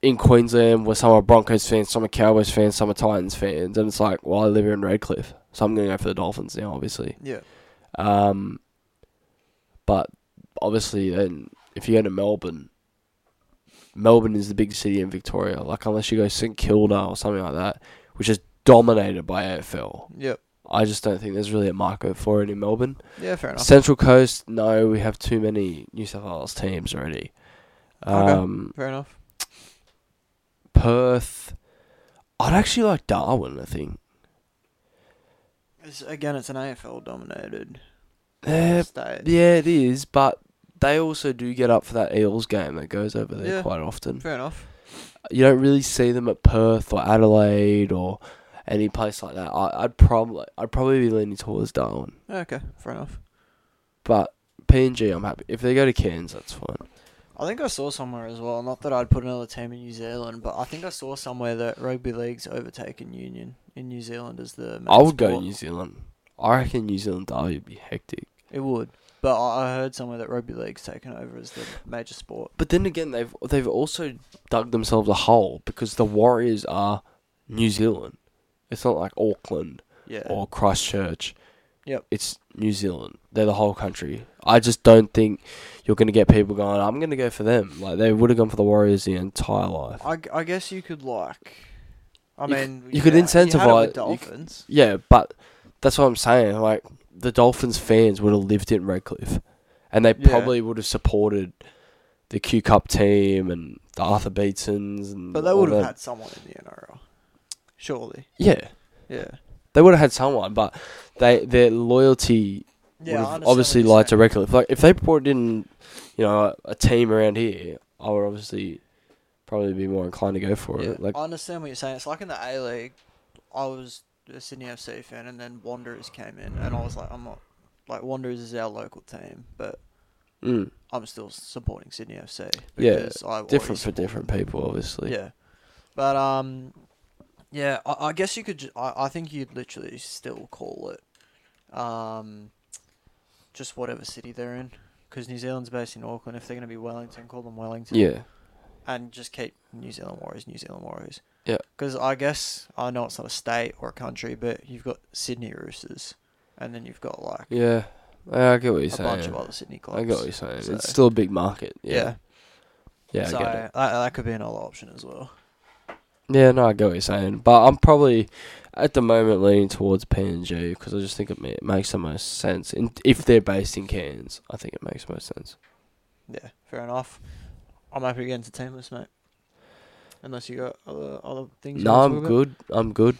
Speaker 1: in Queensland where some are Broncos fans, some are Cowboys fans, some are Titans fans, and it's like, well, I live here in Redcliffe, so I'm gonna go for the Dolphins now, obviously.
Speaker 2: Yeah.
Speaker 1: Um, but obviously, then if you go to Melbourne, Melbourne is the big city in Victoria. Like unless you go St Kilda or something like that, which is dominated by AFL.
Speaker 2: Yep.
Speaker 1: I just don't think there's really a market for it in Melbourne.
Speaker 2: Yeah. Fair enough.
Speaker 1: Central Coast, no, we have too many New South Wales teams already.
Speaker 2: Okay.
Speaker 1: Um,
Speaker 2: fair enough.
Speaker 1: Perth, I'd actually like Darwin. I think
Speaker 2: It's, again, it's an AFL dominated
Speaker 1: Eh,
Speaker 2: state.
Speaker 1: yeah, it is, but they also do get up for that Eels game that goes over there
Speaker 2: Yeah.
Speaker 1: quite often.
Speaker 2: Fair enough.
Speaker 1: You don't really see them at Perth or Adelaide or any place like that. I, I'd probably, I'd probably be leaning towards Darwin,
Speaker 2: Okay. Fair enough.
Speaker 1: but PNG, I'm happy if they go to Cairns, that's fine.
Speaker 2: I think I saw somewhere as well. Not that I'd put another team in New Zealand, but I think I saw somewhere that rugby league's overtaken union in New Zealand as the. main
Speaker 1: I would go
Speaker 2: sport.
Speaker 1: New Zealand. I reckon New Zealand derby would be hectic.
Speaker 2: It would. But I I heard somewhere that rugby league's taken over as the major sport.
Speaker 1: But then again, they've they've also dug themselves a hole because the Warriors are New Zealand. It's not like Auckland
Speaker 2: Yeah.
Speaker 1: or Christchurch.
Speaker 2: Yep.
Speaker 1: It's New Zealand. They're the whole country. I just don't think you're going to get people going, I'm going to go for them. Like, they would have gone for the Warriors the entire life.
Speaker 2: I, g- I guess you could like. I
Speaker 1: You c-
Speaker 2: mean,
Speaker 1: you could
Speaker 2: had- had it
Speaker 1: incentivize- you
Speaker 2: with
Speaker 1: c-
Speaker 2: dolphins.
Speaker 1: Yeah, but that's what I'm saying. Like, the Dolphins fans would have lived in Redcliffe. And they
Speaker 2: Yeah.
Speaker 1: probably would have supported the Q Cup team and the Arthur Beatsons. And
Speaker 2: but they
Speaker 1: all
Speaker 2: would have
Speaker 1: that.
Speaker 2: had someone in the NRL, surely.
Speaker 1: Yeah.
Speaker 2: Yeah.
Speaker 1: They would have had someone, but they their loyalty
Speaker 2: Yeah. I
Speaker 1: would have
Speaker 2: understand what
Speaker 1: obviously
Speaker 2: you're
Speaker 1: lied to
Speaker 2: saying.
Speaker 1: Redcliffe. Like if they brought in, you know, a, a team around here, I would obviously probably be more inclined to go for
Speaker 2: Yeah,
Speaker 1: it. Like
Speaker 2: I understand what you're saying. It's like in the A League, I was a Sydney FC fan, and then Wanderers came in, and I was like, I'm not like Wanderers is our local team, but
Speaker 1: mm,
Speaker 2: I'm still supporting Sydney FC
Speaker 1: Yeah,
Speaker 2: because I
Speaker 1: different for different people, obviously.
Speaker 2: Yeah, but um, yeah, I, I guess you could. Ju- I, I think you'd literally still call it, um, just whatever city they're in, because New Zealand's based in Auckland. If they're going to be Wellington, call them Wellington.
Speaker 1: Yeah.
Speaker 2: and just keep New Zealand Warriors, New Zealand Warriors.
Speaker 1: Yeah.
Speaker 2: Because I guess I know it's not a state or a country, but you've got Sydney Roosters, and then you've got like
Speaker 1: Yeah. I get what you're
Speaker 2: a bunch of
Speaker 1: saying.
Speaker 2: other Sydney clubs.
Speaker 1: I get what you're saying.
Speaker 2: So-
Speaker 1: It's still a big market.
Speaker 2: yeah.
Speaker 1: Yeah. Yeah,
Speaker 2: so
Speaker 1: I get it.
Speaker 2: That, that could be another option as well.
Speaker 1: Yeah, no, I get what you're saying, but I'm probably at the moment leaning towards PNG because I just think it ma- makes the most sense. In, if they're based in Cairns, I think it makes most sense.
Speaker 2: Yeah, fair enough. I'm happy to get into teamless, mate. Unless you got other other things.
Speaker 1: No,
Speaker 2: you want to
Speaker 1: I'm
Speaker 2: talk
Speaker 1: good. I'm good.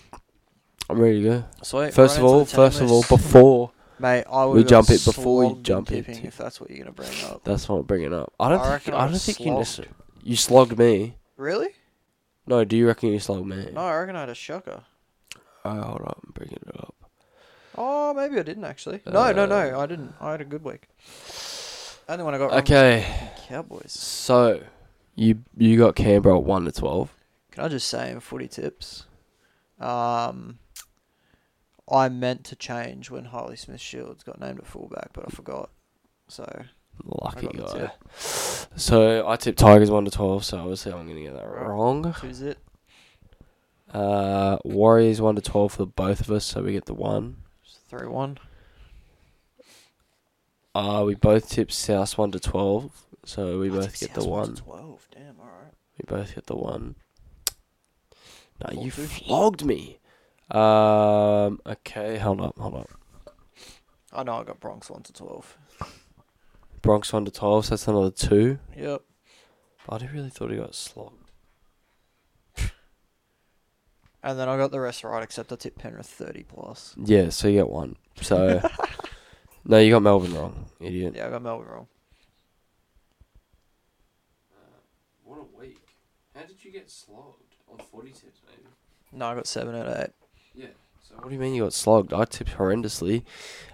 Speaker 1: I'm ready to go.
Speaker 2: About. Sweet,
Speaker 1: First
Speaker 2: right
Speaker 1: of all,
Speaker 2: into the
Speaker 1: first of all,
Speaker 2: teamless.
Speaker 1: before
Speaker 2: mate, I
Speaker 1: we
Speaker 2: would've
Speaker 1: jump
Speaker 2: gone
Speaker 1: it before we
Speaker 2: slogged in
Speaker 1: jump
Speaker 2: kipping
Speaker 1: into-
Speaker 2: if that's what you're gonna bring up.
Speaker 1: that's what I'm bringing up. I don't
Speaker 2: I
Speaker 1: think
Speaker 2: reckon
Speaker 1: I
Speaker 2: I
Speaker 1: don't
Speaker 2: was
Speaker 1: think you
Speaker 2: slogged.
Speaker 1: necessarily you slogged me.
Speaker 2: Really?
Speaker 1: No, do you reckon you slogged me?
Speaker 2: No, I reckon I had a shocker.
Speaker 1: Oh, hold on, I'm bringing it up.
Speaker 2: Oh, maybe I didn't actually. No, no, no,
Speaker 1: Uh,
Speaker 2: I didn't. I had a good week. Only one I got wrong
Speaker 1: Okay,
Speaker 2: was the Cowboys.
Speaker 1: so you you got Canberra at one to twelve.
Speaker 2: Can I just say in footy tips, um, I meant to change when Harley Smith Shields got named at fullback, but I forgot. So
Speaker 1: Lucky
Speaker 2: I got the
Speaker 1: guy. So I tipped Tigers one to twelve. So obviously I'm gonna get that
Speaker 2: Right.
Speaker 1: wrong.
Speaker 2: who's it?
Speaker 1: Uh, Warriors one to twelve for both of us. So we get the one.
Speaker 2: Three one.
Speaker 1: Uh, we both tipped South one to twelve. So we both get the one.
Speaker 2: Twelve. Damn. All right.
Speaker 1: We both get the one. No, you
Speaker 2: Four two.
Speaker 1: flogged me. Um. Okay, hold up, hold up.
Speaker 2: I know I got Bronx one to twelve.
Speaker 1: Bronx one to twelve. So that's another two.
Speaker 2: Yep.
Speaker 1: But I really thought he got slogged.
Speaker 2: And then I got the rest right, except I tipped Penrith thirty plus.
Speaker 1: Yeah. So you get one. So. no, you got Melbourne wrong, idiot.
Speaker 2: Yeah, I got Melbourne wrong.
Speaker 1: What a week. How did you get slogged on 40 tips, maybe?
Speaker 2: No, I got seven out of eight.
Speaker 1: Yeah. So what do you mean you got slogged? I tipped horrendously.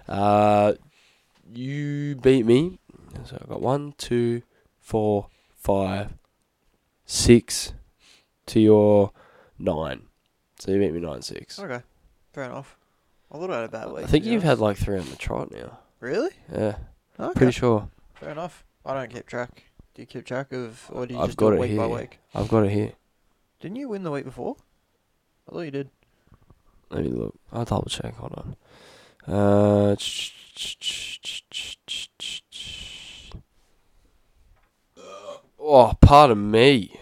Speaker 1: Uh, you beat me. So I got one, two, four, five, six to your nine. So you beat me nine six.
Speaker 2: Okay. Fair enough. I thought I had a bad week.
Speaker 1: I
Speaker 2: to
Speaker 1: think
Speaker 2: be
Speaker 1: you've
Speaker 2: honest.
Speaker 1: had like three on the trot now.
Speaker 2: really.
Speaker 1: Yeah,
Speaker 2: Okay.
Speaker 1: pretty sure.
Speaker 2: Fair enough. I don't keep track. Do you keep track of, or do you
Speaker 1: I've
Speaker 2: just
Speaker 1: got
Speaker 2: do it
Speaker 1: it
Speaker 2: week by
Speaker 1: here.
Speaker 2: week?
Speaker 1: I've got it here.
Speaker 2: Didn't you win the week before? I thought you did.
Speaker 1: Let me look. I'll double check. Hold on. Uh, oh, pardon me.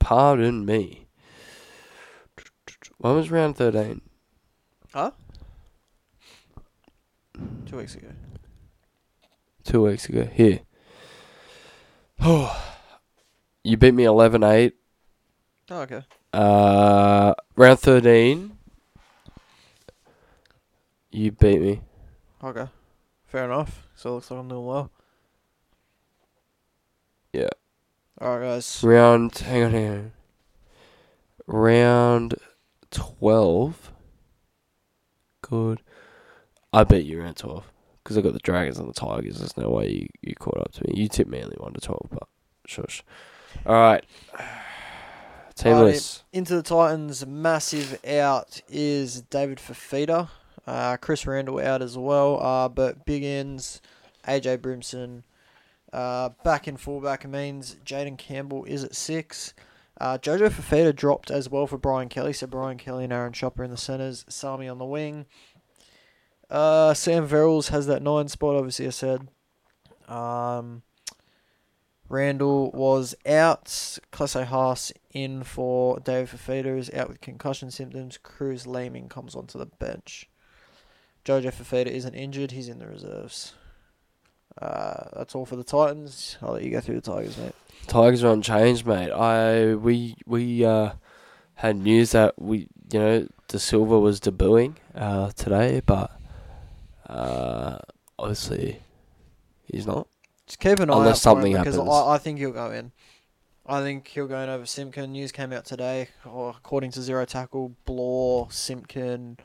Speaker 1: Pardon me. When was round 13?
Speaker 2: Two weeks ago.
Speaker 1: Two weeks ago. Here. Oh, you beat me 11 8.
Speaker 2: Oh, okay.
Speaker 1: Uh, round 13. You beat me.
Speaker 2: Okay. Fair enough. So it looks like I'm doing well.
Speaker 1: Yeah.
Speaker 2: Alright, guys.
Speaker 1: Round, hang on, hang on. Round 12. Good. I bet you round 12. Because I got the Dragons and the Tigers. There's no way you, you caught up to me. You tipped Manly 1 to 12, but shush. All right. Teamless.
Speaker 2: Into the Titans, massive out is David Fafita. Uh, Chris Randall out as well. Uh, but big ends, AJ Brimson. Uh, back in fullback means Jaden Campbell is at six. Uh, Jojo Fafita dropped as well for Brian Kelly. So Brian Kelly and Aaron Shopper in the centres. Sami on the wing. Uh, Sam Verrills has that nine spot, obviously, I said. Um, Randall was out. Classe Haas in for David Fafita is out with concussion symptoms. Cruz Leeming comes onto the bench. Jojo Fafita isn't injured. He's in the reserves. Uh, that's all for the Titans. I'll let you go through the Tigers, mate.
Speaker 1: Tigers are unchanged, mate. I we we uh, had news that we you know De Silva was debuting uh, today, but uh, obviously he's not.
Speaker 2: Just keep an eye
Speaker 1: Unless
Speaker 2: out for him
Speaker 1: something
Speaker 2: because
Speaker 1: happens.
Speaker 2: I, I think he'll go in. I think he'll go in over Simkin. News came out today, or according to Zero Tackle, Blore, Simkin,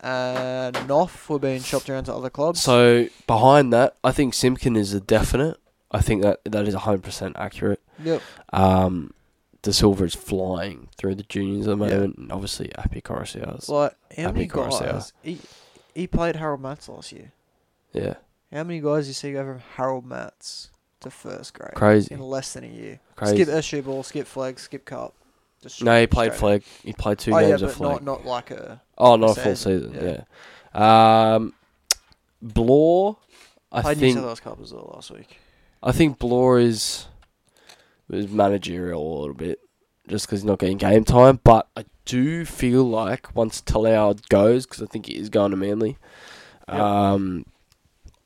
Speaker 2: and Noff were being shopped around to other clubs.
Speaker 1: So behind that, I think Simkin is a definite. I think that that is hundred percent accurate.
Speaker 2: yep.
Speaker 1: Um, De Silva is flying through the juniors at the moment, and obviously Appy Coruscant.
Speaker 2: It's like how
Speaker 1: That'd
Speaker 2: many
Speaker 1: be gross, yeah.
Speaker 2: guys? He, he played Harold Matz last year.
Speaker 1: Yeah,
Speaker 2: How many guys you see go from Harold Matz to first grade
Speaker 1: crazy,
Speaker 2: in less than a year?
Speaker 1: crazy.
Speaker 2: Skip SU ball, skip flag, skip cup. Just
Speaker 1: no, he
Speaker 2: straight-
Speaker 1: played flag.
Speaker 2: straight-
Speaker 1: He played two
Speaker 2: oh,
Speaker 1: games
Speaker 2: yeah,
Speaker 1: of
Speaker 2: but
Speaker 1: flag.
Speaker 2: not not like a
Speaker 1: Oh, not a full
Speaker 2: season,
Speaker 1: season. Yeah. Um, Blore, I
Speaker 2: played New South
Speaker 1: think.
Speaker 2: Wales Cup as well last week.
Speaker 1: I think Blore is, is managerial a little bit. just because he's not getting game time. But I do feel like once Talau goes, because I think he is going to Manly,
Speaker 2: Yep.
Speaker 1: um,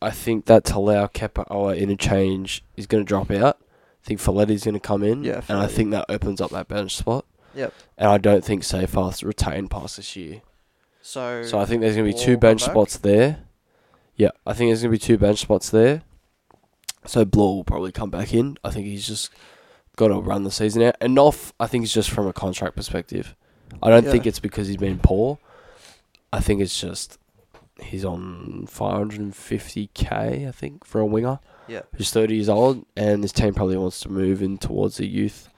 Speaker 1: I think that Talau Kepa oh, interchange is going to drop out. I think Folletti's going to come in,
Speaker 2: Yeah,
Speaker 1: and I
Speaker 2: Foletti.
Speaker 1: think that opens up that bench spot.
Speaker 2: Yep.
Speaker 1: And I don't think Safehouse retained pass this year.
Speaker 2: So,
Speaker 1: So I think there's going to be
Speaker 2: Or
Speaker 1: two
Speaker 2: come
Speaker 1: bench
Speaker 2: back?
Speaker 1: spots there. Yeah, I think there's going to be two bench spots there. So Bloor will probably come back in. I think he's just got to run the season out. And Knopf, I think, is just from a contract perspective. I don't
Speaker 2: Yeah.
Speaker 1: think it's because he's been poor. I think it's just he's on 550k, I think, for a winger
Speaker 2: yeah,
Speaker 1: who's 30 years old, and his team probably wants to move in towards the youth.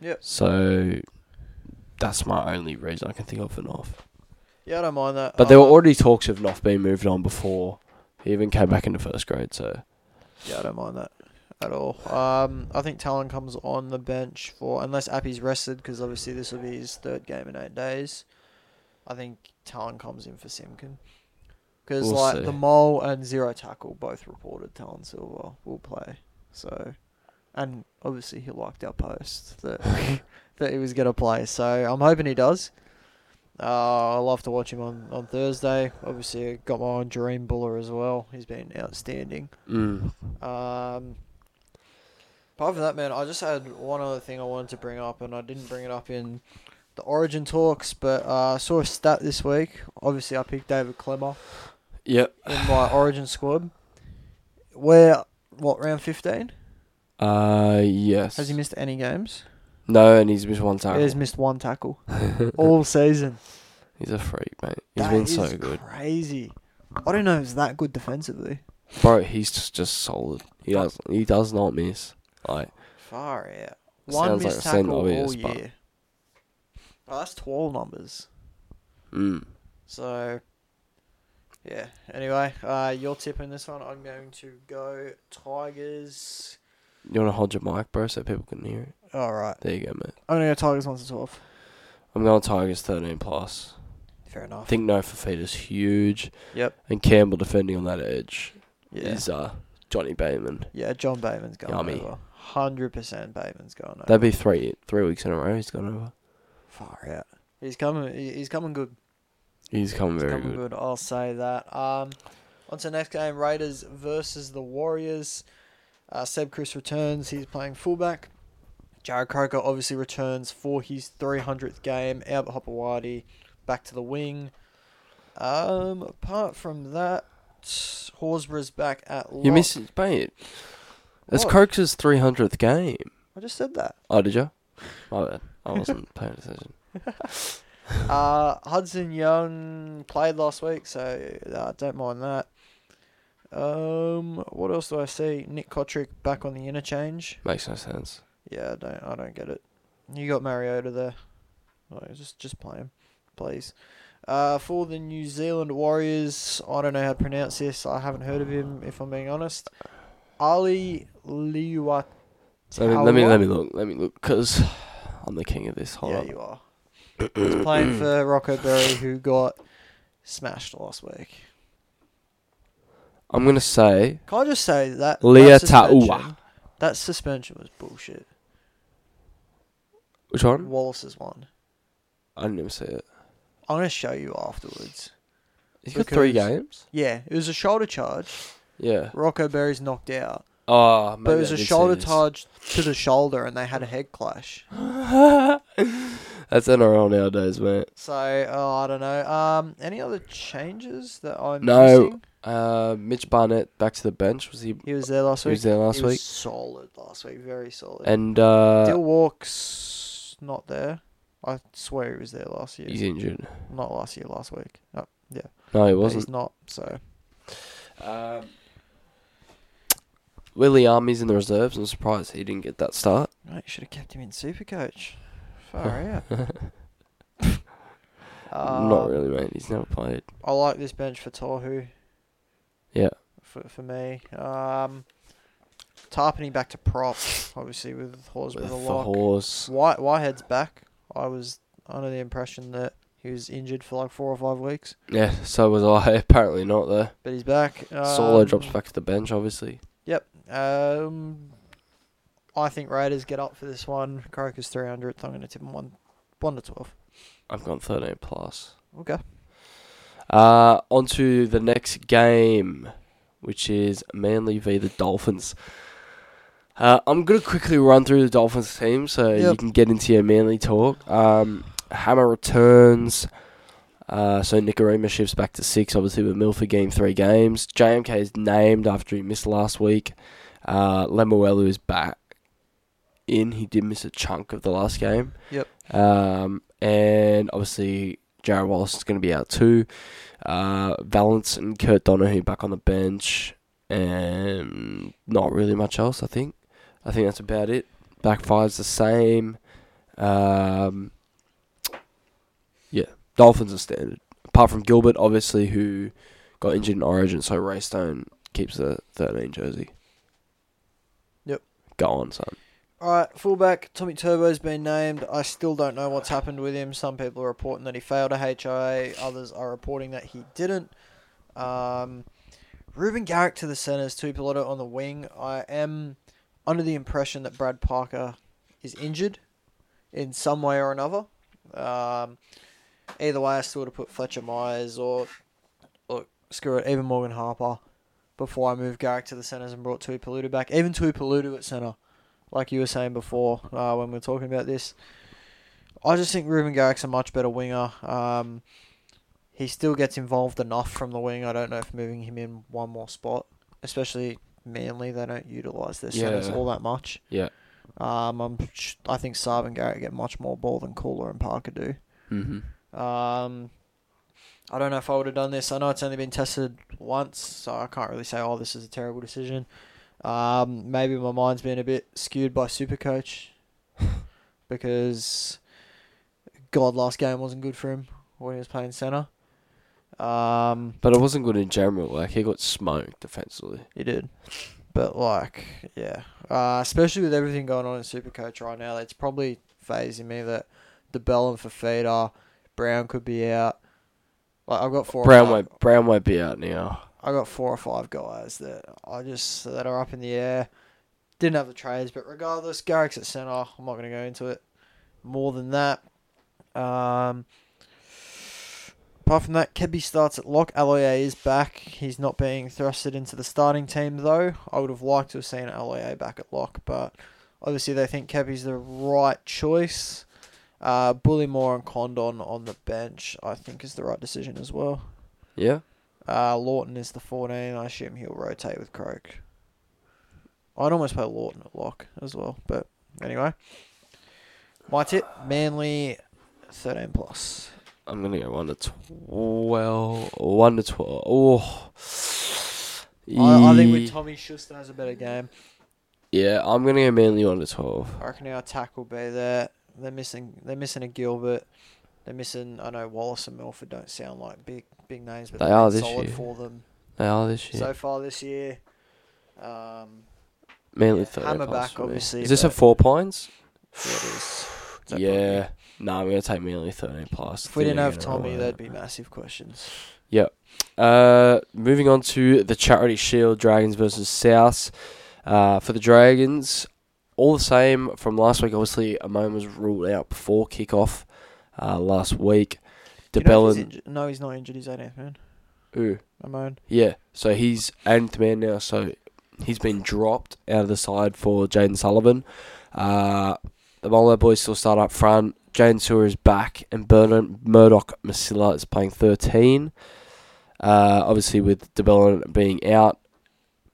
Speaker 2: Yep.
Speaker 1: So that's my only reason I can think of for Knopf.
Speaker 2: yeah, I don't mind that.
Speaker 1: But there were
Speaker 2: Um,
Speaker 1: already talks of not being moved on before he even came back into first grade. So
Speaker 2: Yeah, I don't mind that at all. Um, I think Talon comes on the bench for unless Appy's rested because obviously this will be his third game in eight days. I think Talon comes in for Simkin because
Speaker 1: We'll
Speaker 2: like
Speaker 1: see.
Speaker 2: the mole and zero tackle both reported Talon Silver will play. So, and obviously he liked our post that that he was gonna play. So I'm hoping he does. Uh, I love to watch him on, on Thursday. Obviously, I got my own Dream Buller as well. He's been outstanding.
Speaker 1: mm,
Speaker 2: Um, apart from that, man, I just had one other thing I wanted to bring up, and I didn't bring it up in the Origin talks, but uh, I saw a stat this week. Obviously, I picked David Clemmer
Speaker 1: yep.
Speaker 2: in my Origin squad. Where what round fifteen?
Speaker 1: Uh, yes.
Speaker 2: Has he missed any games?
Speaker 1: no, and he's missed one tackle.
Speaker 2: He's missed one tackle all season.
Speaker 1: he's a freak, mate. He's
Speaker 2: That
Speaker 1: been
Speaker 2: is
Speaker 1: so good,
Speaker 2: Crazy. I don't know. if He's that good defensively.
Speaker 1: bro. He's just just solid. He does he does not miss. Like
Speaker 2: Far out. One
Speaker 1: Sounds like
Speaker 2: missed
Speaker 1: a sin,
Speaker 2: tackle all
Speaker 1: obvious, but-
Speaker 2: year. Oh, that's twelve numbers.
Speaker 1: mm,
Speaker 2: So, yeah. Anyway, uh, your tip in this one, I'm going to go Tigers.
Speaker 1: you want to hold your mic, bro, so people can hear it.
Speaker 2: All right,
Speaker 1: There you go, mate.
Speaker 2: I'm gonna go Tigers one to twelve.
Speaker 1: I'm going Tigers 13 plus.
Speaker 2: Fair
Speaker 1: I
Speaker 2: enough.
Speaker 1: think no for feet is huge,
Speaker 2: Yep.
Speaker 1: and Campbell defending on that edge
Speaker 2: Yeah.
Speaker 1: is uh Johnny Bateman.
Speaker 2: yeah. John Bateman's going
Speaker 1: Yummy.
Speaker 2: over. Hundred percent Bateman's going over.
Speaker 1: That'd be three three weeks in a row. He's gone over.
Speaker 2: Far out. He's coming. he- He's coming good.
Speaker 1: He's come
Speaker 2: He's
Speaker 1: very
Speaker 2: coming
Speaker 1: good.
Speaker 2: good. I'll say that. Um, on to the next game: Raiders versus the Warriors. Uh, Seb Chris returns. He's playing fullback. Jared Croker obviously returns for his 300th game. Albert Hopewadi back to the wing. Um, apart from that, Horsburgh's back at lock.
Speaker 1: You missed it, mate. It's
Speaker 2: What?
Speaker 1: Croaks' 300th game.
Speaker 2: I just said that.
Speaker 1: Oh, did you? My bad. I wasn't paying attention.
Speaker 2: Uh, Hudson Young played last week, so uh, don't mind that. Um, what else do I see? Nick Kotrick back on the interchange.
Speaker 1: Makes no sense.
Speaker 2: Yeah, I don't I don't get it. You got Mariota there. No, just just play him, please. Uh, for the New Zealand Warriors, I don't know how to pronounce this. I haven't heard of him, if I'm being honest. Ali Liuatawa.
Speaker 1: Let me, let me let me look. Let me look because I'm the king of this. Hold
Speaker 2: yeah,
Speaker 1: on.
Speaker 2: you are. He's playing for Rocco Berry, who got smashed last week.
Speaker 1: I'm gonna say
Speaker 2: Can I just say that
Speaker 1: Leah
Speaker 2: that
Speaker 1: Taua.
Speaker 2: suspension, that suspension was bullshit.
Speaker 1: which one?
Speaker 2: Wallace's one.
Speaker 1: I didn't even see it.
Speaker 2: I'm gonna show you afterwards.
Speaker 1: He's got three
Speaker 2: Because-
Speaker 1: games.
Speaker 2: Yeah, it was a shoulder charge.
Speaker 1: Yeah.
Speaker 2: Rocco Berry's knocked out.
Speaker 1: Oh,
Speaker 2: But it was a shoulder charge to the shoulder, and they had a head clash.
Speaker 1: That's NRL nowadays, mate.
Speaker 2: So oh, I don't know. Um, any other changes that I'm
Speaker 1: No.
Speaker 2: missing?
Speaker 1: Uh, Mitch Barnett back to the bench. Was he?
Speaker 2: He was there last
Speaker 1: He
Speaker 2: week.
Speaker 1: was there last
Speaker 2: He was
Speaker 1: week.
Speaker 2: solid last week. Very solid.
Speaker 1: And uh,
Speaker 2: Dill Walks not there. I swear he was there last year.
Speaker 1: he's injured.
Speaker 2: Not last year. Last week. No, yeah.
Speaker 1: No, he
Speaker 2: but
Speaker 1: wasn't.
Speaker 2: He's not. So
Speaker 1: Um, Willie Army's in the reserves. I'm surprised he didn't get that start.
Speaker 2: mate, should have kept him in Supercoach. Far out. um,
Speaker 1: Not really, mate. He's never played.
Speaker 2: I like this bench for Torhu.
Speaker 1: Yeah.
Speaker 2: For for me, um, Tarpany back to prop, obviously with Hawes with
Speaker 1: With
Speaker 2: a
Speaker 1: the
Speaker 2: lock.
Speaker 1: horse.
Speaker 2: White Whitehead's back. I was under the impression that he was injured for like four or five weeks,
Speaker 1: Yeah, so was I. Apparently not there.
Speaker 2: but he's back. Um,
Speaker 1: Solo drops back to the bench, obviously.
Speaker 2: Yep. Um, I think Raiders get up for this one. Croker's 300th. I'm going to tip them 1, 1 to 12.
Speaker 1: I've gone 13 plus.
Speaker 2: Okay.
Speaker 1: Uh, on to the next game, which is Manly v the Dolphins. Uh, I'm going to quickly run through the Dolphins team so you
Speaker 2: Yep.
Speaker 1: can get into your Manly talk. Um, Hammer returns. Uh, so Nicarima shifts back to six, obviously, with Milford game three games. JMK is named after he missed last week. Uh, Lemuelu is back in. He did miss a chunk of the last game.
Speaker 2: Yep.
Speaker 1: Um, and obviously, Jared Wallace is going to be out too. Uh, Valance and Kurt Donahue back on the bench. And not really much else, I think. I think that's about it. Back five's the same. Um, yeah, Dolphins are standard. Apart from Gilbert, obviously, who got injured in Origin, so Raystone keeps the 13 jersey.
Speaker 2: Yep.
Speaker 1: Go on, son.
Speaker 2: All right, fullback Tommy Turbo's been named. I still don't know what's happened with him. Some people are reporting that he failed a HIA. Others are reporting that he didn't. Um, Ruben Garrick to the centres, Tupelotta on the wing. I am under the impression that Brad Parker is injured in some way or another. Um, either way, I still would have put Fletcher Myers or, or screw it, even Morgan Harper before I moved Garrick to the centres and brought Tupelotta back. Even Tupelotta at centre like you were saying before uh, when we were talking about this. I just think Ruben Garrick's a much better winger. Um, he still gets involved enough from the wing. I don't know if moving him in one more spot, especially Manly, they don't utilise their centres
Speaker 1: Yeah.
Speaker 2: all that much.
Speaker 1: Yeah.
Speaker 2: Um, I'm, sh- I think Saab and Garrett get much more ball than Cooler and Parker do.
Speaker 1: Mm-hmm.
Speaker 2: Um, I don't know if I would have done this. I know it's only been tested once, so I can't really say, oh, this is a terrible decision. Um, maybe my mind's been a bit skewed by Supercoach because God, last game wasn't good for him when he was playing centre. Um,
Speaker 1: But it wasn't good in general. Like, he got smoked defensively.
Speaker 2: he did. But, like, yeah. Uh, especially with everything going on in Supercoach right now, it's probably phasing me that the Bell and Fafita, Brown could be out. Like, I've got four. or uh,
Speaker 1: Brown
Speaker 2: five-
Speaker 1: might, Brown might be out now.
Speaker 2: I got four or five guys that I just that are up in the air. Didn't have the trades, but regardless, Garrick's at centre. I'm not going to go into it more than that. Um, apart from that, Kebby starts at lock. Aloye is back. He's not being thrusted into the starting team though. I would have liked to have seen Aloye back at lock, but obviously they think Kebby's the right choice. Uh, Bullymore and Condon on the bench, I think, is the right decision as well.
Speaker 1: Yeah?
Speaker 2: Uh, Lawton is the 14. I assume he'll rotate with Croak. I'd almost play Lawton at lock as well, but anyway. My tip: Manly, 13 plus.
Speaker 1: I'm gonna go one to twelve. One to twelve. Oh,
Speaker 2: I, I think with Tommy Schuster has a better game.
Speaker 1: yeah, I'm gonna go Manly one to twelve.
Speaker 2: I reckon our tackle will be there. They're missing. They're missing a Gilbert. They're missing. I know Wallace and Milford don't sound like big big names, but
Speaker 1: They
Speaker 2: they've
Speaker 1: are
Speaker 2: been
Speaker 1: this
Speaker 2: solid
Speaker 1: year.
Speaker 2: for them
Speaker 1: They are this year.
Speaker 2: so far this year. Um,
Speaker 1: Manly
Speaker 2: yeah,
Speaker 1: thirty.
Speaker 2: Hammer
Speaker 1: plus
Speaker 2: back,
Speaker 1: for me.
Speaker 2: obviously,
Speaker 1: Is this at
Speaker 2: but-
Speaker 1: four points?
Speaker 2: yeah, it is. It's up there.
Speaker 1: Yeah. Nah, I'm gonna take Manly thirty plus.
Speaker 2: If we didn't have Tommy,
Speaker 1: that'd
Speaker 2: there'd be massive questions.
Speaker 1: Uh, moving on to the Charity Shield, Dragons versus South. Uh, for the Dragons, all the same from last week. Obviously, Amon was ruled out before kickoff uh, last week.
Speaker 2: Do you know
Speaker 1: DeBellin,
Speaker 2: if he's inju- no, he's not injured. He's 18th man.
Speaker 1: ooh,
Speaker 2: I'm on.
Speaker 1: Yeah, so he's eighth man now. So he's been dropped out of the side for Jaden Sullivan. Uh, the Molo boys still start up front. Jaden Sewer is back, and Bernard Murdoch Masilla is playing thirteen. Uh, obviously, with DeBellin being out,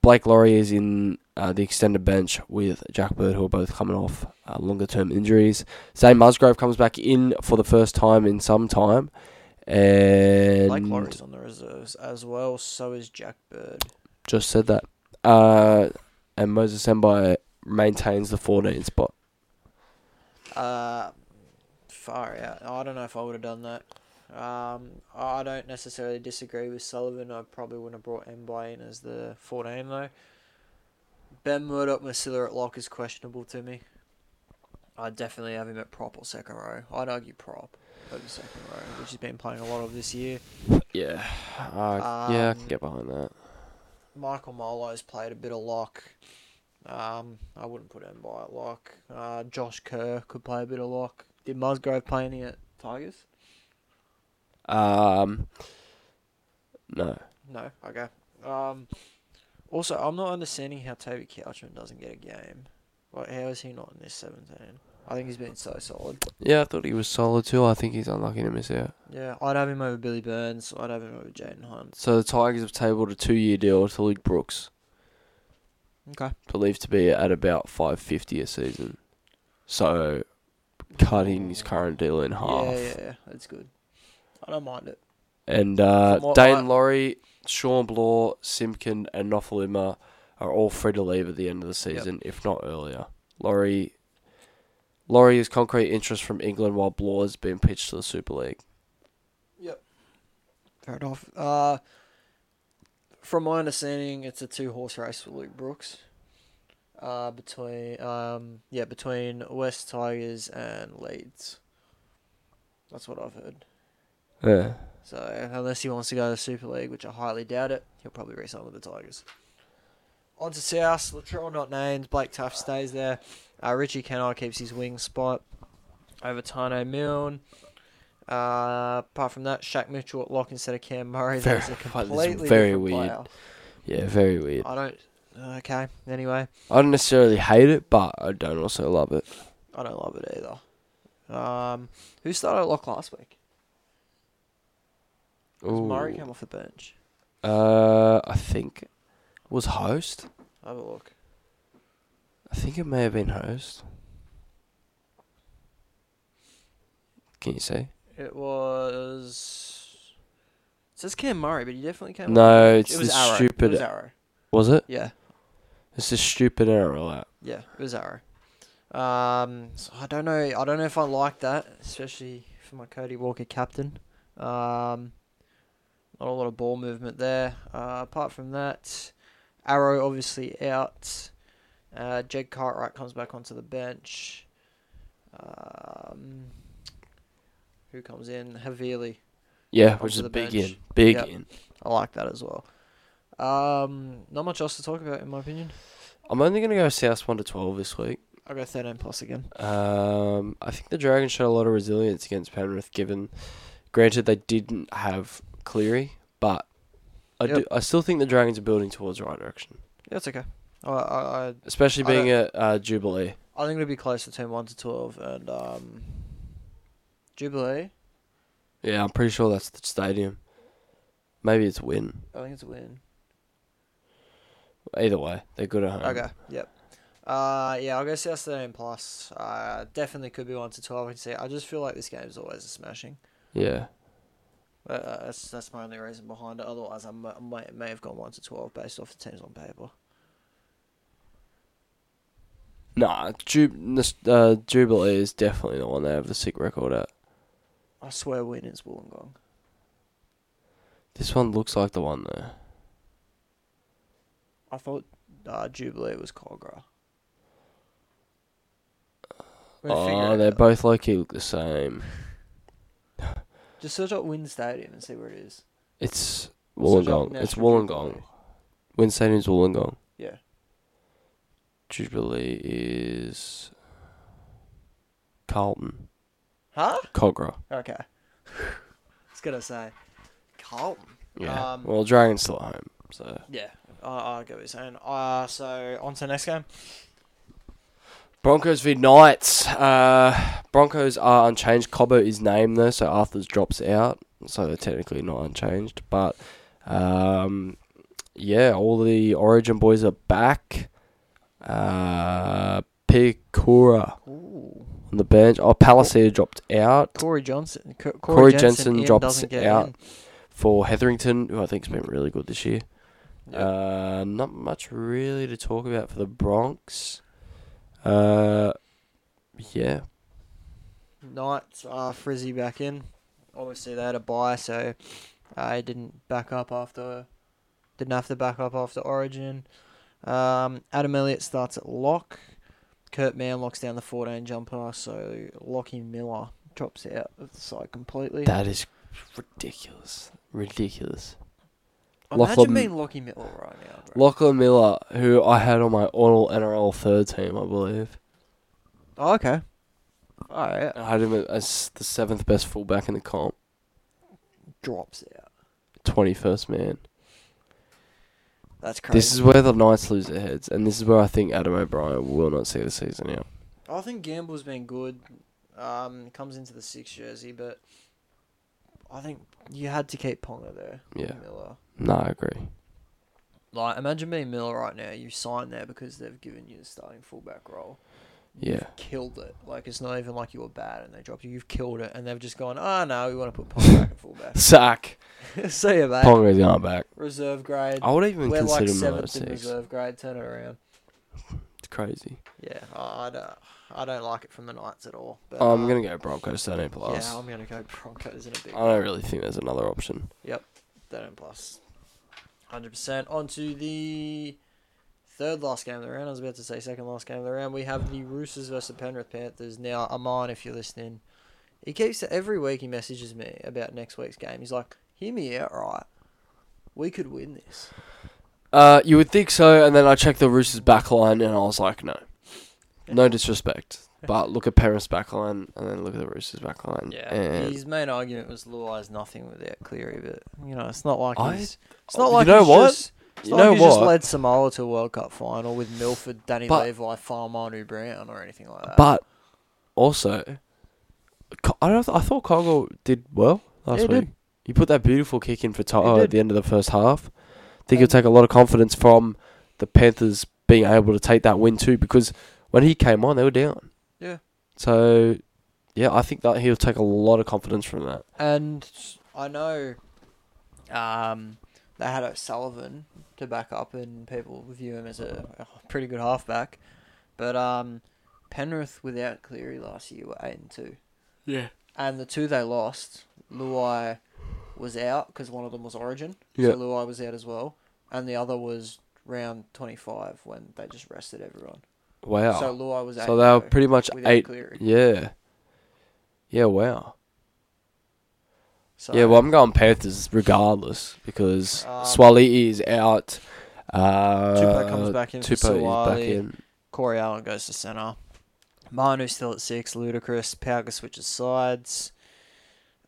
Speaker 1: Blake Laurie is in uh, the extended bench with Jack Bird, who are both coming off uh, longer term injuries. Zane Musgrove comes back in for the first time in some time, and
Speaker 2: Blake Laurie's on the reserves as well. So is Jack Bird.
Speaker 1: Just said that. Uh, and Moses Sembai maintains the 14 spot.
Speaker 2: Uh, far out. I don't know if I would have done that. Um, I don't necessarily disagree with Sullivan. I probably wouldn't have brought Mbai in as the 14 though. Ben Murdoch Masilla at lock is questionable to me. I'd definitely have him at prop or second row. I'd argue prop over second row, which he's been playing a lot of this year.
Speaker 1: Yeah. Uh, yeah, I
Speaker 2: Um,
Speaker 1: can get behind that.
Speaker 2: Michael Molo's played a bit of lock. Um, I wouldn't put him by at lock. Uh, Josh Kerr could play a bit of lock. Did Musgrove play any at Tigers?
Speaker 1: Um, no.
Speaker 2: No. Okay. Um, also, I'm not understanding how Toby Couchman doesn't get a game. Like, how is he not in this 17? I think he's been so solid.
Speaker 1: Yeah, I thought he was solid too. I think he's unlucky to miss out.
Speaker 2: Yeah, I'd have him over Billy Burns. I'd have him over Jaden Hunt.
Speaker 1: So the Tigers have tabled a two-year deal to Luke Brooks,
Speaker 2: Okay.
Speaker 1: believed to be at about five fifty a season. So cutting his current deal in half.
Speaker 2: Yeah, yeah, yeah. That's good. I don't mind it.
Speaker 1: And uh,
Speaker 2: From what
Speaker 1: Dane
Speaker 2: I-
Speaker 1: Laurie, Sean Blaw, Simpkin, and Nofaluma are all free to leave at the end of the season, if not earlier. Laurie, Laurie is concrete interest from England, while Blaw has been pitched to the Super League.
Speaker 2: Fair enough. Uh, from my understanding, it's a two horse race for Luke Brooks. Uh, between um, yeah, between West Tigers and Leeds. That's what I've heard.
Speaker 1: Yeah.
Speaker 2: So unless he wants to go to the Super League, which I highly doubt it, he'll probably resign with the Tigers. On to South, Latrell not named. Blake Tuff stays there. Uh, Richie Kenai keeps his wing spot over Tano Milne. Uh, apart from that, Shaq Mitchell at lock instead of Cam Murray. That's a
Speaker 1: Very- that is
Speaker 2: completely
Speaker 1: very
Speaker 2: different
Speaker 1: weird.
Speaker 2: player.
Speaker 1: Yeah, very weird.
Speaker 2: I don't. Okay. Anyway,
Speaker 1: I don't necessarily hate it, but I don't also love it.
Speaker 2: I don't love it either. Um, who started at lock last week? 'Cause Murray
Speaker 1: Ooh.
Speaker 2: came off the bench.
Speaker 1: Uh, I think it was host.
Speaker 2: Have a look.
Speaker 1: I think it may have been host. Can you see?
Speaker 2: It was. It says Cam Murray, but he definitely came.
Speaker 1: No,
Speaker 2: off the bench.
Speaker 1: it's
Speaker 2: it was
Speaker 1: the
Speaker 2: Arrow.
Speaker 1: stupid-
Speaker 2: It was Arrow.
Speaker 1: Was it?
Speaker 2: Yeah,
Speaker 1: It's this stupid error out.
Speaker 2: yeah, it was Arrow. Um, so I don't know. I don't know if I like that, especially for my Cody Walker captain. Um, not a lot of ball movement there. Uh, apart from that, Arrow obviously out. Uh, Jed Cartwright comes back onto the bench. Um, who comes in? Havili.
Speaker 1: Yeah, which is
Speaker 2: Onto
Speaker 1: a
Speaker 2: the
Speaker 1: big
Speaker 2: bench.
Speaker 1: in. Big
Speaker 2: Yep.
Speaker 1: in.
Speaker 2: I like that as well. Um, not much else to talk about in my opinion.
Speaker 1: I'm only going to go South 1 to 12 this week.
Speaker 2: I'll go thirteen plus again.
Speaker 1: Um, I think the Dragons showed a lot of resilience against Penrith, given, granted, they didn't have Cleary, but I,
Speaker 2: Yep.
Speaker 1: do, I still think the Dragons are building towards the right direction,
Speaker 2: Yeah, it's okay. I I, I-
Speaker 1: especially
Speaker 2: I
Speaker 1: being at uh, Jubilee.
Speaker 2: I think it'll be close between one to twelve and um, Jubilee.
Speaker 1: Yeah, I'm pretty sure that's the stadium. Maybe it's Win.
Speaker 2: I think it's a win.
Speaker 1: Either way, they're good at home.
Speaker 2: Okay. Yep. Uh, yeah, I'll go South thirteen plus. Uh, definitely could be one to twelve. I can see. I just feel like this game's always a smashing.
Speaker 1: Yeah.
Speaker 2: But, uh, that's that's my only reason behind it. Otherwise, I mi- I might may have gone one to twelve based off the teams on paper.
Speaker 1: Nah, Ju- this- uh, Jubilee is definitely the one they have the sick record at.
Speaker 2: I swear, win is Wollongong.
Speaker 1: This one looks like the one though.
Speaker 2: I thought uh, Jubilee was Cogra.
Speaker 1: Oh, they both low key look the same.
Speaker 2: Just search up Wynn Stadium and see where it is.
Speaker 1: It's
Speaker 2: Search up
Speaker 1: Wollongong. It's
Speaker 2: National
Speaker 1: Wollongong.
Speaker 2: Jubilee.
Speaker 1: When Stadium's Wollongong.
Speaker 2: Yeah.
Speaker 1: Jubilee is Carlton.
Speaker 2: Huh?
Speaker 1: Cogra.
Speaker 2: Okay. I was gonna say Carlton.
Speaker 1: Yeah.
Speaker 2: Um,
Speaker 1: well, Dragon's still at home, so.
Speaker 2: Yeah. I I get what you're saying. Uh, so on to the next game.
Speaker 1: Broncos v Knights. Uh, Broncos are unchanged. Cobbo is named though, so Arthur's drops out, so they're technically not unchanged. But um, yeah, all the Origin boys are back. Uh, Picura
Speaker 2: Ooh.
Speaker 1: on the bench. Oh, Palisade dropped out
Speaker 2: Corey Johnson. Co- Corey,
Speaker 1: Corey Jensen
Speaker 2: Jensen, in,
Speaker 1: drops
Speaker 2: doesn't get
Speaker 1: out.
Speaker 2: in.
Speaker 1: for Hetherington, who I think's been really good this year.
Speaker 2: Yeah.
Speaker 1: Uh, not much really to talk about for the Bronx. Uh, yeah,
Speaker 2: Knights are frizzy back in. Obviously they had a buy, so I didn't back up after. Didn't have to back up after Origin. Um, Adam Elliott starts at lock. Kurt Mann locks down the 14 jumper, so Lockie Miller drops out of the side completely.
Speaker 1: That is ridiculous. Ridiculous. Lachlan-
Speaker 2: Imagine being Lockie Miller right now, bro.
Speaker 1: Lachlan Miller, who I had on my all NRL third team, I believe.
Speaker 2: oh, okay. All right.
Speaker 1: I had him as the seventh best fullback in the comp,
Speaker 2: Drops out.
Speaker 1: twenty first man.
Speaker 2: That's crazy.
Speaker 1: This is where the Knights lose their heads, and this is where I think Adam O'Brien will not see the season out.
Speaker 2: I think Gamble's been good. Um, comes into the six jersey, but I think you had to keep Ponga there. and
Speaker 1: Yeah.
Speaker 2: Miller.
Speaker 1: No, I agree.
Speaker 2: Like, imagine being Miller right now. You signed there because they've given you the starting fullback role.
Speaker 1: Yeah,
Speaker 2: Killed it. Like, it's not even like you were bad and they dropped you. You've killed it. And they've just gone, oh, no, we want to put Ponga back at fullback.
Speaker 1: sack.
Speaker 2: See you, mate.
Speaker 1: Ponga's going back.
Speaker 2: Reserve grade.
Speaker 1: I would even
Speaker 2: We're like
Speaker 1: consider him
Speaker 2: seventh
Speaker 1: at
Speaker 2: in
Speaker 1: six.
Speaker 2: reserve grade. Turn it around.
Speaker 1: It's crazy.
Speaker 2: Yeah, I I don't, I don't like it from the Knights at all. But,
Speaker 1: I'm
Speaker 2: uh,
Speaker 1: gonna go Broncos thirteen plus.
Speaker 2: Yeah, I'm gonna go Broncos in a big.
Speaker 1: I don't really think there's another option.
Speaker 2: Yep, that and plus. 100%. On to the third last game of the round. I was about to say second last game of the round. We have the Roosters versus the Penrith Panthers. Now, Aman, if you're listening, he keeps every week he messages me about next week's game. He's like, hear me out, right? We could win this.
Speaker 1: Uh, you would think so, and then I checked the Roosters backline, and I was like, no, no disrespect, but look at Penrith's backline, and then look at the Roosters backline. and
Speaker 2: His main argument was Luai's nothing without Cleary, but, you know, it's not like
Speaker 1: I- Oh,
Speaker 2: he's. It's not
Speaker 1: you
Speaker 2: like
Speaker 1: know
Speaker 2: he's
Speaker 1: what?
Speaker 2: Just, it's
Speaker 1: you
Speaker 2: not
Speaker 1: know
Speaker 2: like he's just
Speaker 1: what?
Speaker 2: led Samoa to a World Cup final with Milford, Danny
Speaker 1: But-
Speaker 2: Levi, Farmanu Brown, or anything like that.
Speaker 1: but also, Co- I don't. I thought Coggle did well last
Speaker 2: Yeah, he
Speaker 1: week.
Speaker 2: did.
Speaker 1: He put that beautiful kick in for Toto at
Speaker 2: did.
Speaker 1: the end of the first half. I think he'll
Speaker 2: And-
Speaker 1: take a lot of confidence from the Panthers being able to take that win too, because when he came on, they were down.
Speaker 2: Yeah.
Speaker 1: So, yeah, I think that he'll take a lot of confidence from that.
Speaker 2: And I know um, they had O'Sullivan to back up, and people view him as a, a pretty good halfback. But um, Penrith without Cleary last year were eight and two,
Speaker 1: Yeah.
Speaker 2: and the two they lost, Luai was out because one of them was Origin,
Speaker 1: Yeah.
Speaker 2: so Luai was out as well, and the other was round twenty five when they just rested everyone.
Speaker 1: Wow.
Speaker 2: So Luai was eight.
Speaker 1: So they were
Speaker 2: and two
Speaker 1: pretty much
Speaker 2: without
Speaker 1: eight.
Speaker 2: Cleary.
Speaker 1: Yeah. Yeah. Wow.
Speaker 2: So,
Speaker 1: Yeah. Well, I'm going Panthers regardless because
Speaker 2: Um,
Speaker 1: Swali is out. Uh,
Speaker 2: Tupo comes back in for
Speaker 1: Tupo is back
Speaker 2: Suaalii.
Speaker 1: in.
Speaker 2: Corey Allen goes to centre. Manu's still at six. Ludacris. Pauker switches sides.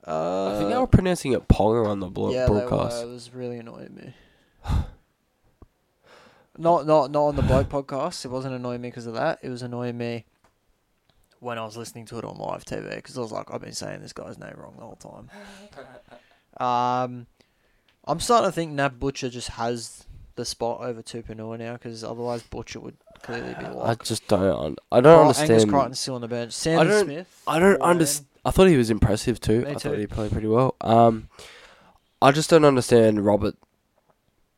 Speaker 2: Uh,
Speaker 1: I think they were pronouncing it Ponga on the blo-
Speaker 2: yeah, they were.
Speaker 1: broadcast.
Speaker 2: It was really annoying me. not not not on the bloke podcast. It wasn't annoying me because of that. It was annoying me when I was listening to it on live TV because I was like, I've been saying this guy's name wrong the whole time. Um, I'm starting to think Nab Butcher just has the spot over Tupanua now because otherwise Butcher would clearly be
Speaker 1: I
Speaker 2: locked.
Speaker 1: just don't. un- I don't
Speaker 2: Cri- Angus
Speaker 1: understand.
Speaker 2: Crichton's still on the bench. Sam
Speaker 1: don't-
Speaker 2: Smith.
Speaker 1: I don't
Speaker 2: Foreman.
Speaker 1: understand. I thought he was impressive too.
Speaker 2: Me
Speaker 1: I
Speaker 2: too.
Speaker 1: thought he played pretty well. Um, I just don't understand Robert,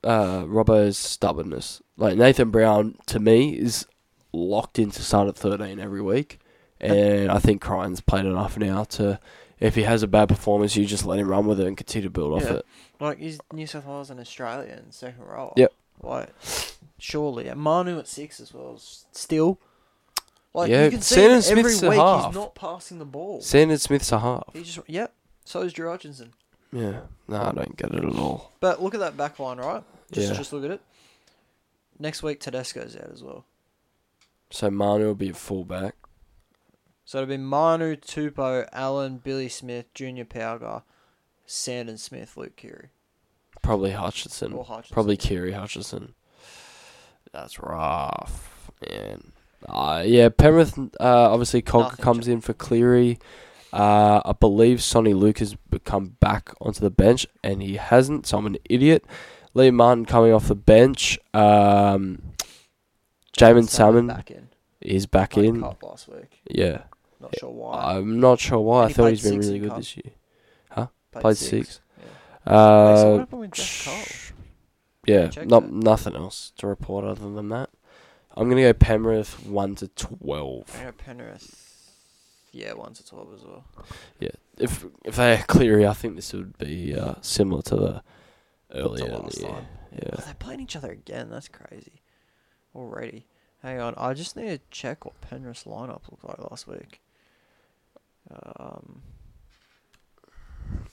Speaker 1: uh, Robbo's stubbornness. Like Nathan Brown, to me, is locked into start at thirteen every week, and I think Crichton's played enough now to. If he has a bad performance, you just let him run with it and continue to build off
Speaker 2: Yeah.
Speaker 1: it.
Speaker 2: Like he's New South Wales and Australia in second row.
Speaker 1: Yep.
Speaker 2: Like surely. And Manu at six as well. s- Still. Like
Speaker 1: Yeah,
Speaker 2: you can see
Speaker 1: Sandon
Speaker 2: him every
Speaker 1: Smith's a
Speaker 2: week
Speaker 1: half.
Speaker 2: he's not passing the ball.
Speaker 1: Sandon Smith's a half.
Speaker 2: He just yep. So is Drew Hutchinson.
Speaker 1: Yeah, no, I don't get it at all.
Speaker 2: But look at that back line, right? Just
Speaker 1: Yeah.
Speaker 2: just look at it. Next week Tedesco's out as well.
Speaker 1: So Manu will be a fullback.
Speaker 2: So it'll be Manu, Tupo, Allen, Billy Smith, Junior Pauga, Sandon Smith, Luke Keary.
Speaker 1: Probably Hutchinson.
Speaker 2: Or Hutchinson.
Speaker 1: Probably Kerry Hutchinson. That's rough, man. Uh, yeah, Penrith. Uh, obviously, Cog
Speaker 2: Nothing
Speaker 1: comes in for Cleary. Uh, I believe Sonny Luke has come back onto the bench, and he hasn't. So I'm an idiot. Liam Martin coming off the bench. Um, Jamin
Speaker 2: Salmon
Speaker 1: Salmon
Speaker 2: back in.
Speaker 1: is back
Speaker 2: Played
Speaker 1: in.
Speaker 2: Cup last week.
Speaker 1: Yeah,
Speaker 2: Not sure why.
Speaker 1: I'm not sure why.
Speaker 2: And
Speaker 1: I
Speaker 2: he
Speaker 1: thought
Speaker 2: played
Speaker 1: he's been
Speaker 2: six in
Speaker 1: really good
Speaker 2: Cup.
Speaker 1: this year. Played six.
Speaker 2: Yeah. Wait, so what
Speaker 1: Uh,
Speaker 2: happened with Jack Cole?
Speaker 1: Yeah,
Speaker 2: Check
Speaker 1: not
Speaker 2: that.
Speaker 1: nothing else to report other than that. I'm gonna go Penrith one to twelve.
Speaker 2: Yeah, Penrith. Yeah, one to twelve as well.
Speaker 1: If if they are Cleary, I think this would be uh, similar to the earlier in
Speaker 2: last
Speaker 1: the year.
Speaker 2: time.
Speaker 1: Yeah,
Speaker 2: Oh, they're playing each other again. That's crazy. Already. Hang on. I just need to check what Penrith's lineup looked like last week. Um.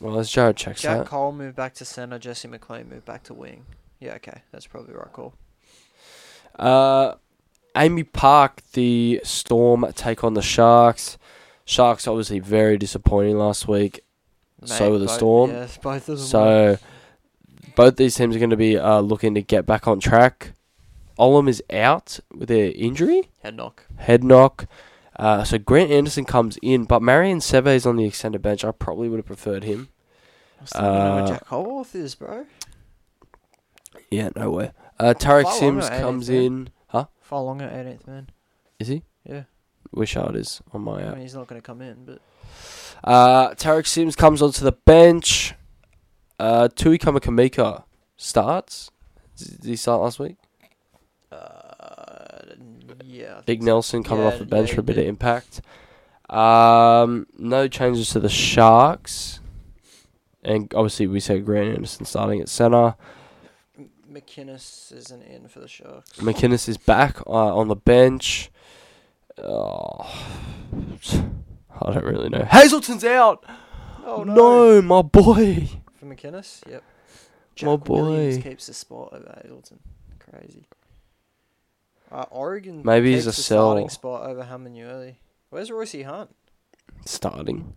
Speaker 1: Well, as Jared checks
Speaker 2: Jack
Speaker 1: that.
Speaker 2: Cole moved back to centre. Jesse McLean moved back to wing. Yeah, okay, that's probably the right call.
Speaker 1: Uh, Amy Park, the Storm take on the Sharks. Sharks obviously very disappointing last week. So
Speaker 2: Mate,
Speaker 1: with the
Speaker 2: both-
Speaker 1: Storm.
Speaker 2: Yes, both of them. were.
Speaker 1: So both these teams are going to be uh, looking to get back on track. Olam is out with an injury,
Speaker 2: head knock.
Speaker 1: head knock. Uh, so Grant Anderson comes in, but Marion Seve is on the extended bench. I probably would have preferred him.
Speaker 2: I still don't know where
Speaker 1: Uh,
Speaker 2: Jack Holworth is, bro.
Speaker 1: Yeah, no way. Uh, Tarek
Speaker 2: Follow
Speaker 1: Sims
Speaker 2: him, eh,
Speaker 1: comes
Speaker 2: isn't he?
Speaker 1: in. Huh?
Speaker 2: Far longer, 18th man.
Speaker 1: Is he?
Speaker 2: Yeah.
Speaker 1: Wishart is on my
Speaker 2: I
Speaker 1: app.
Speaker 2: mean, he's not going to come in, but
Speaker 1: Uh, Tarek Sims comes onto the bench. Uh, Tui Kamakamika starts. Did he start last week?
Speaker 2: uh, yeah. I think
Speaker 1: Big
Speaker 2: so.
Speaker 1: Nelson coming
Speaker 2: Yeah,
Speaker 1: off the bench
Speaker 2: yeah,
Speaker 1: for a
Speaker 2: he
Speaker 1: bit
Speaker 2: did.
Speaker 1: of impact. Um, no changes to the Sharks. And obviously, we said Grant Anderson starting at centre.
Speaker 2: McInnes isn't in for the Sharks.
Speaker 1: McInnes is back uh, on the bench. Oh, I don't really know. Hazelton's out!
Speaker 2: oh
Speaker 1: no, my boy!
Speaker 2: For McInnes, yep.
Speaker 1: My
Speaker 2: Williams
Speaker 1: boy.
Speaker 2: keeps the spot over Hazleton. Crazy. Uh, Oregon.
Speaker 1: Maybe he's
Speaker 2: keeps
Speaker 1: a
Speaker 2: the starting
Speaker 1: sell.
Speaker 2: spot over Hamanui. Where's Royce Hunt?
Speaker 1: Starting.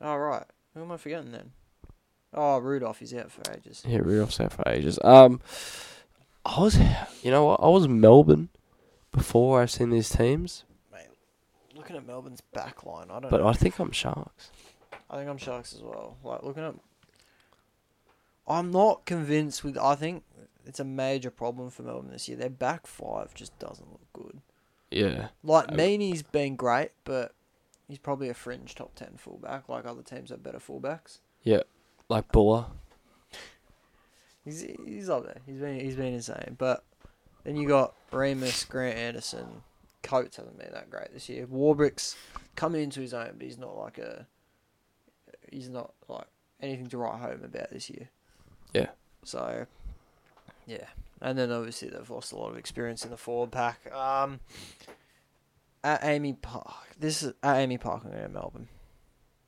Speaker 2: Oh right. Who am I forgetting then? Oh Rudolph, he's out for ages.
Speaker 1: Yeah, Rudolph's out for ages. Um, I was, you know what? I was Melbourne before I've seen these teams,
Speaker 2: Mate, looking at Melbourne's back line, I don't
Speaker 1: but
Speaker 2: know.
Speaker 1: I think I'm Sharks.
Speaker 2: I think I'm Sharks as well. Like looking at I'm not convinced with I think it's a major problem for Melbourne this year. Their back five just doesn't look good.
Speaker 1: Yeah.
Speaker 2: Like
Speaker 1: I-
Speaker 2: Meany's been great, but he's probably a fringe top ten fullback, like other teams have better fullbacks.
Speaker 1: Yeah, like Buller.
Speaker 2: He's he's up there. He's been he's been insane. But then you got Remus, Grant Anderson, Coates hasn't been that great this year. Warbrick's coming into his own, but he's not like a he's not like anything to write home about this year.
Speaker 1: Yeah.
Speaker 2: So yeah. And then obviously they've lost a lot of experience in the forward pack. Um at Amy Park. This is at Amy Park I'm going to Melbourne.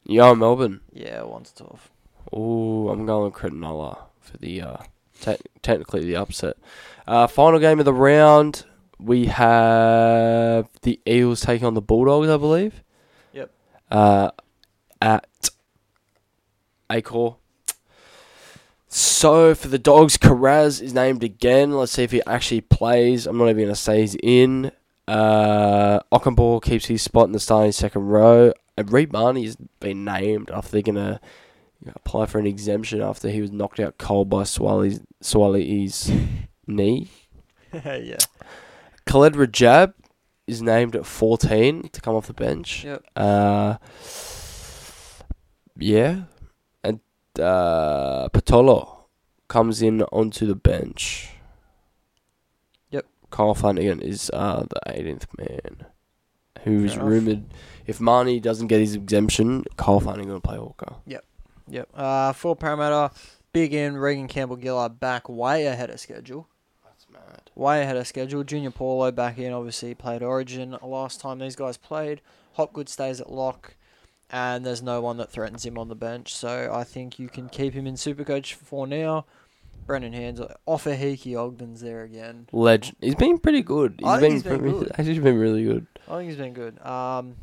Speaker 1: Yeah, Melbourne.
Speaker 2: Yeah, one to twelve.
Speaker 1: Ooh, I'm going Cronulla for the uh, te- technically the upset. Uh, final game of the round. We have the Eels taking on the Bulldogs, I believe.
Speaker 2: Yep.
Speaker 1: Uh, at Acor. So for the Dogs, Carraz is named again. Let's see if he actually plays. I'm not even gonna say he's in. Uh, Ockenball keeps his spot in the starting second row. And Reed Barney's been named. I think they're gonna apply for an exemption after he was knocked out cold by Swali's Swali's knee.
Speaker 2: yeah.
Speaker 1: Khaled Rajab is named at 14 to come off the bench.
Speaker 2: Yep.
Speaker 1: Uh, yeah. And uh, Patolo comes in onto the bench.
Speaker 2: Yep.
Speaker 1: Kyle Flanagan is uh, the 18th man, who is
Speaker 2: Fair enough.
Speaker 1: rumoured. If Marnie doesn't get his exemption, Kyle Flanagan will play Walker.
Speaker 2: Yep. Uh, for Parramatta, big in Regan Campbell Gillard back way ahead of schedule.
Speaker 1: That's mad.
Speaker 2: Way ahead of schedule. Junior Paulo back in, obviously played Origin last time these guys played. Hopgood stays at lock, and there's no one that threatens him on the bench. So I think you can keep him in Supercoach for now. Brendan Hands off of Hickey Ogden's there again.
Speaker 1: Legend. He's been pretty good.
Speaker 2: I think Oh, he's been
Speaker 1: pretty,
Speaker 2: good.
Speaker 1: He's been really good.
Speaker 2: I think he's been good. Um,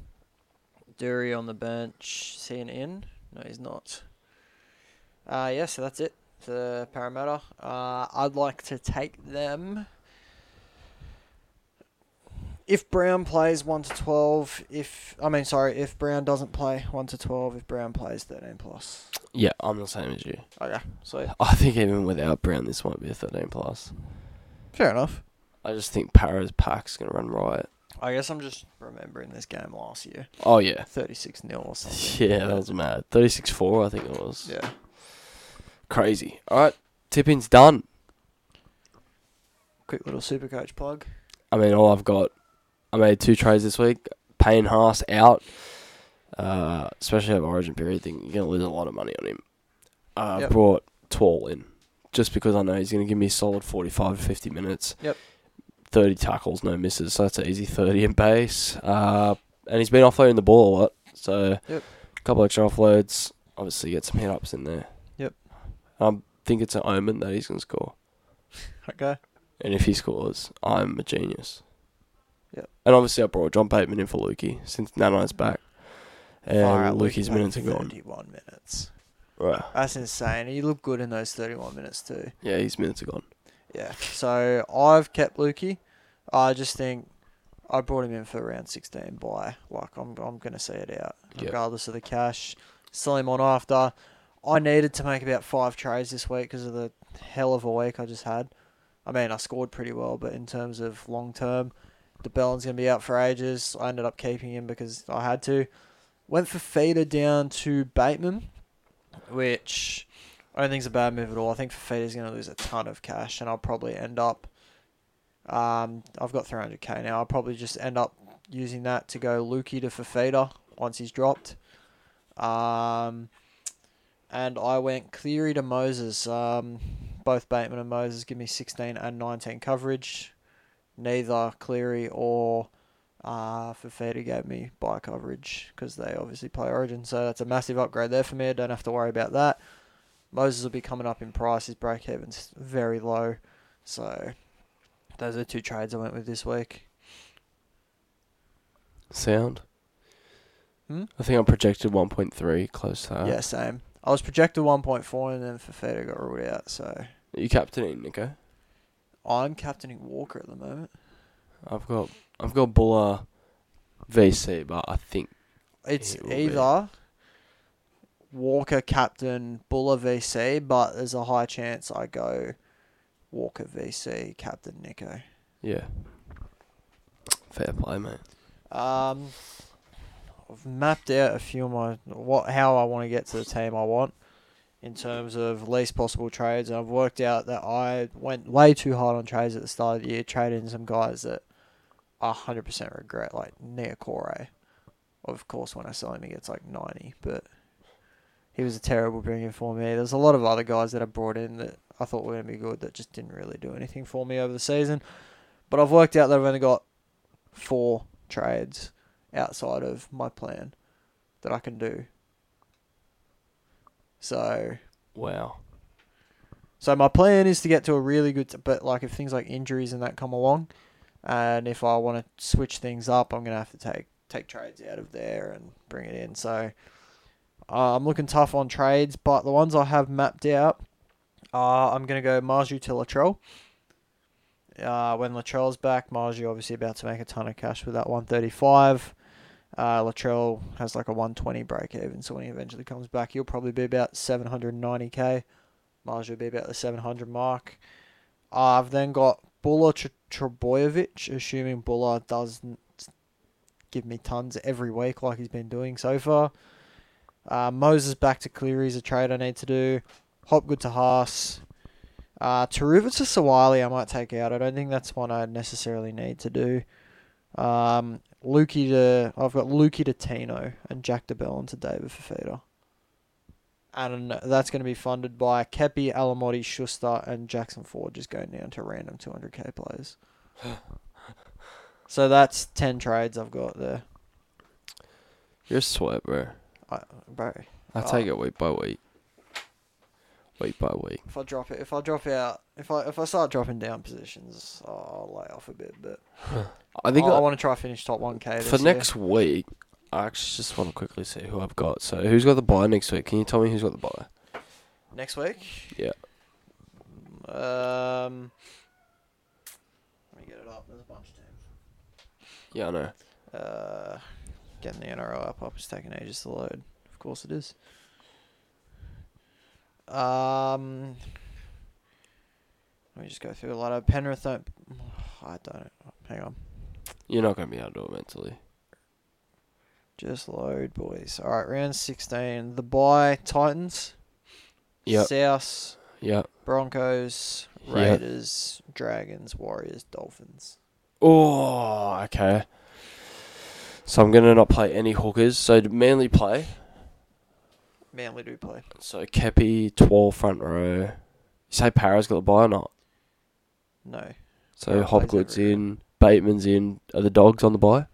Speaker 2: Dury on the bench. Is he an in? No, he's not. Uh, yeah, so that's it for Parramatta. Uh, I'd like to take them. If Brown plays 1 to 12, if. I mean, sorry, if Brown doesn't play 1 to 12, if Brown plays 13 plus.
Speaker 1: Yeah, I'm the same as you.
Speaker 2: Okay, so
Speaker 1: I think even without Brown, this won't be a 13 plus.
Speaker 2: fair enough.
Speaker 1: I just think Para's pack's gonna run riot.
Speaker 2: I guess I'm just remembering this game last year
Speaker 1: Oh yeah,
Speaker 2: 36 0 or something.
Speaker 1: yeah, that was mad. Thirty six four, I think it was.
Speaker 2: Yeah.
Speaker 1: Crazy. All right, tipping's done.
Speaker 2: Quick little super coach plug.
Speaker 1: I mean, all I've got. I made two trades this week. Payne Haas out. Uh, especially over Origin period, I think you're gonna lose a lot of money on him. Uh,
Speaker 2: Yep.
Speaker 1: brought Twall in just because I know he's gonna give me a solid 45 to 50 minutes.
Speaker 2: Yep.
Speaker 1: 30 tackles, no misses, so that's an easy 30 in base. Uh, and he's been offloading the ball a lot, so
Speaker 2: Yep.
Speaker 1: a couple extra offloads. obviously get some hit ups in there.
Speaker 2: Yep.
Speaker 1: I think it's an omen that he's going to score.
Speaker 2: Okay.
Speaker 1: And if he scores, I'm a genius.
Speaker 2: Yep. Mm-hmm.
Speaker 1: And obviously, I brought John Bateman in for Lukey since Nanai's back. And
Speaker 2: Fire out
Speaker 1: Lukey's Um,
Speaker 2: Luke,
Speaker 1: minutes are
Speaker 2: like
Speaker 1: gone.
Speaker 2: 31 minutes.
Speaker 1: Right.
Speaker 2: That's insane. He looked good in those 31 minutes too.
Speaker 1: Yeah, his minutes are gone.
Speaker 2: Yeah. So I've kept Lukey. I just think I brought him in for round 16 buy. Like I'm, I'm going to see it out
Speaker 1: Yep.
Speaker 2: regardless of the cash. Sell him on after. I needed to make about five trades this week because of the hell of a week I just had. I mean, I scored pretty well, but in terms of long term, the Bellin's going to be out for ages. I ended up keeping him because I had to. Went for Feeder down to Bateman, which I don't think's a bad move at all. I think Fafita's going to lose a ton of cash, and I'll probably end up. Um, I've got 300k now. I'll probably just end up using that to go Lukey to Fafita once he's dropped. Um, and I went Cleary to Moses. Um, both Bateman and Moses give me 16 and 19 coverage. Neither Cleary or uh, Fafita gave me buy coverage because they obviously play Origin, so that's a massive upgrade there for me. I don't have to worry about that. Moses will be coming up in price. His break even's very low. So those are the two trades I went with this week.
Speaker 1: Sound?
Speaker 2: Hmm?
Speaker 1: I think I projected 1.3, close to that.
Speaker 2: yeah, same. I was projected 1.4 and then Fafita got ruled out. So
Speaker 1: You captaining, Nico?
Speaker 2: I'm captaining Walker at the moment.
Speaker 1: I've got I've got Buller VC, but I think
Speaker 2: It's
Speaker 1: It will be.
Speaker 2: either Walker captain, Buller VC, but there's a high chance I go Walker VC, captain Nico.
Speaker 1: yeah. Fair play, mate.
Speaker 2: Um, I've mapped out a few of my what how I want to get to the team I want in terms of least possible trades, and I've worked out that I went way too hard on trades at the start of the year, trading some guys that I hundred percent regret, like Neokore. Of course, when I sell him, he gets like ninety, but he was a terrible bring in for me. There's a lot of other guys that I brought in that I thought were going to be good that just didn't really do anything for me over the season. But I've worked out that I've only got four trades outside of my plan that I can do. So,
Speaker 1: Wow.
Speaker 2: so my plan is to get to a really good, but like if things like injuries and that come along, and if I want to switch things up, I'm gonna have to take take trades out of there and bring it in. So, uh, I'm looking tough on trades, but the ones I have mapped out, uh, I'm gonna go Marju to Latrell. Uh, when Latrell's back, Marju obviously about to make a ton of cash with that 135. Uh, Latrell has like a 120 break even, so when he eventually comes back, he'll probably be about 790k. Marge will be about the 700 mark. Uh, I've then got Buller Tr- Trebojevic, assuming Buller doesn't give me tons every week like he's been doing so far. Uh, Moses back to Cleary's a trade I need to do. Hopgood to Haas. Uh, Taruva to Sawali I might take out. I don't think that's one I necessarily need to do. Um, Lukey to I've got Lukey to Tino and Jack DeBellin to David Fafita and that's going to be funded by Kepi, Alamotti, Schuster, and Jackson Ford just going down to random 200k players. so that's 10 trades I've got there.
Speaker 1: You're a sweat, bro.
Speaker 2: I, bro,
Speaker 1: I
Speaker 2: Oh.
Speaker 1: take it week by week. Week by week.
Speaker 2: if I drop it, if I drop out, if I if I start dropping down positions, I'll I'll lay off a bit. But
Speaker 1: I
Speaker 2: I
Speaker 1: think
Speaker 2: think I,
Speaker 1: I-
Speaker 2: want to try finish top 1k this
Speaker 1: for
Speaker 2: year.
Speaker 1: next week, I actually just want to quickly see who I've got. So who's got the buy next week? Can you tell me who's got the buy?
Speaker 2: next week.
Speaker 1: Yeah.
Speaker 2: Um, let me get it up. There's a bunch of teams.
Speaker 1: Yeah, I know.
Speaker 2: Uh, getting the NRL app up is taking ages to load. Of course it is. Um, let me just go through a lot of Penrith. Don't, I don't. Hang on.
Speaker 1: You're not gonna be able to do it mentally.
Speaker 2: Just load, boys. All right, round sixteen. The bye Titans.
Speaker 1: Yep.
Speaker 2: South
Speaker 1: Yep.
Speaker 2: Broncos,
Speaker 1: Yep.
Speaker 2: Raiders, Dragons, Warriors, Dolphins.
Speaker 1: Oh, okay. So I'm gonna not play any hookers. So mainly play.
Speaker 2: Manly do play.
Speaker 1: So Kepi, twelve front row. You say Parra's got the buy or not?
Speaker 2: No.
Speaker 1: So
Speaker 2: Yeah, plays
Speaker 1: Hopgood's
Speaker 2: every row.
Speaker 1: in, Bateman's in. Are the dogs on the buy?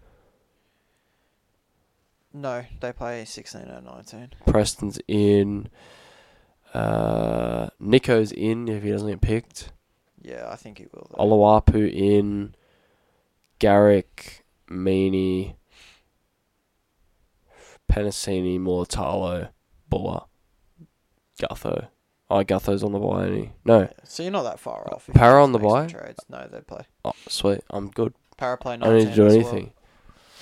Speaker 2: No, they play 16 and 19.
Speaker 1: Preston's in. Uh, Nico's in if he doesn't get picked.
Speaker 2: Yeah, I think he will. Though.
Speaker 1: Olawapu in. Garrick, Meany, Panasini, Mortalo, Buller, Gutho. Oh, Gutho's on the bye, ain't he? No.
Speaker 2: Yeah, So you're not that far off. if
Speaker 1: Para
Speaker 2: you
Speaker 1: on the
Speaker 2: make some
Speaker 1: bye?
Speaker 2: Trades. No, they play.
Speaker 1: Oh, sweet. I'm good.
Speaker 2: Para play
Speaker 1: I
Speaker 2: 19.
Speaker 1: don't need to do
Speaker 2: as well.
Speaker 1: anything.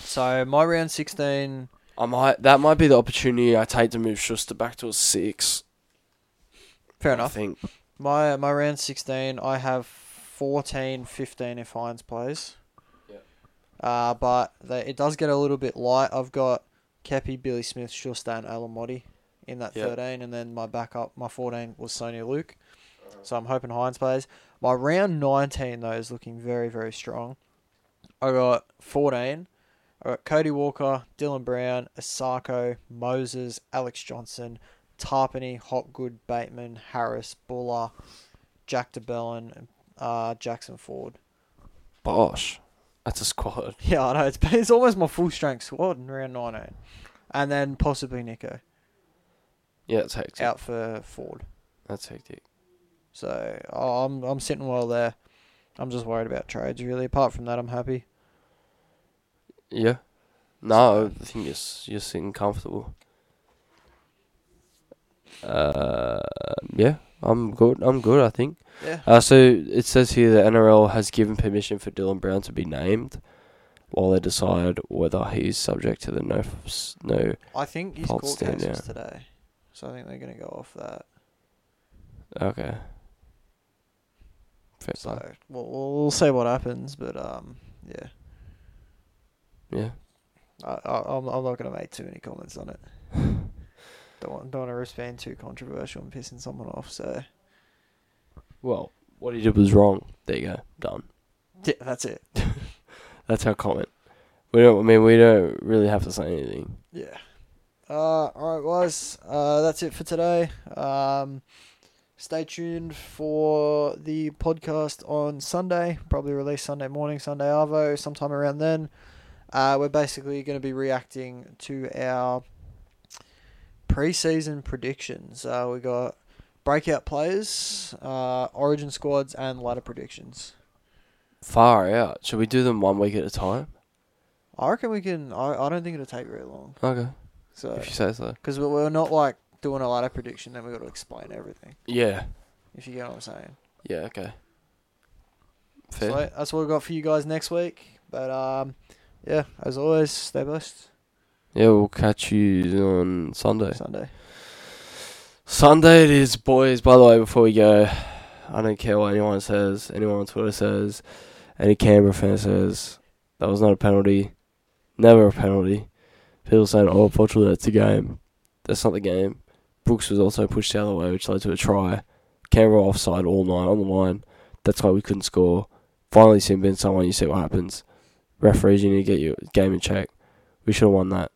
Speaker 2: So my round 16.
Speaker 1: I might. That might be the opportunity I take to move Schuster back to a six.
Speaker 2: Fair
Speaker 1: I
Speaker 2: enough.
Speaker 1: think.
Speaker 2: My my round 16, I have 14, 15 if Hines plays.
Speaker 1: Yep.
Speaker 2: Uh, but they, it does get a little bit light. I've got Kepi, Billy Smith, Schuster, and Alamotti in that
Speaker 1: Yep.
Speaker 2: 13, and then my backup, my 14 was Sonia Luke.
Speaker 1: Uh-huh.
Speaker 2: So I'm hoping Hines plays. My round 19, though, is looking very, very strong. I got 14. I got Cody Walker, Dylan Brown, Asako, Moses, Alex Johnson, Tarpany, Hopgood, Bateman, Harris, Buller, Jack DeBellin, uh, Jackson Ford.
Speaker 1: Bosh. That's a squad.
Speaker 2: Yeah, I know. It's, it's almost my full strength squad in round 19. And then possibly Nico
Speaker 1: Yeah, it's hectic.
Speaker 2: out for Ford.
Speaker 1: That's hectic.
Speaker 2: So oh, I'm, I'm sitting well there. I'm just worried about trades, really. Apart from that, I'm happy.
Speaker 1: Yeah. No, I think you're s- you're sitting comfortable. Uh, yeah, I'm good. I'm good. I think.
Speaker 2: Yeah.
Speaker 1: Uh, so it says here the NRL has given permission for Dylan Brown to be named, while they decide whether he's subject to the no f- s- no
Speaker 2: I think his
Speaker 1: Fault
Speaker 2: court
Speaker 1: stand,
Speaker 2: case
Speaker 1: yeah.
Speaker 2: was today. So I think they're going to go off that.
Speaker 1: Okay. Fair play.
Speaker 2: So we'll, we'll see what happens. But um, yeah,
Speaker 1: Yeah.
Speaker 2: I, I, I'm, I'm not going to make too many comments on it. don't want, don't want to risk being too controversial and pissing someone off. So
Speaker 1: Well, what he did was wrong. There you go. Done.
Speaker 2: yeah, that's it.
Speaker 1: That's our comment. We don't. I mean, we don't really have to say anything.
Speaker 2: Yeah. Uh, all right, guys. Uh, that's it for today. Um, stay tuned for the podcast on Sunday. Probably release Sunday morning, Sunday Arvo, sometime around then. Uh, we're basically going to be reacting to our preseason predictions. Uh, we got breakout players, uh, origin squads, and ladder predictions.
Speaker 1: Far out. Should we do them one week at a time?
Speaker 2: I reckon we can. I, I don't think it'll take very long.
Speaker 1: Okay.
Speaker 2: So
Speaker 1: If you say so.
Speaker 2: because we're not like doing a ladder prediction, then we got to explain everything.
Speaker 1: Yeah.
Speaker 2: if you get what I'm saying.
Speaker 1: Yeah. Okay. Fair.
Speaker 2: So that's what we got for you guys next week. But um, yeah, as always, stay blessed.
Speaker 1: Yeah, we'll catch you on Sunday.
Speaker 2: Sunday.
Speaker 1: Sunday it is, boys. By the way, before we go, I don't care what anyone says, anyone on Twitter says, any Canberra fan says, that was not a penalty. Never a penalty. People saying, oh, unfortunately, that's a game. That's not the game. Brooks was also pushed the other way, which led to a try. Canberra offside all night on the line. That's why we couldn't score. Finally, Simbin, someone, you see what happens. Referees, you need to get your game in check. We should have won that.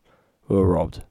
Speaker 1: We were robbed.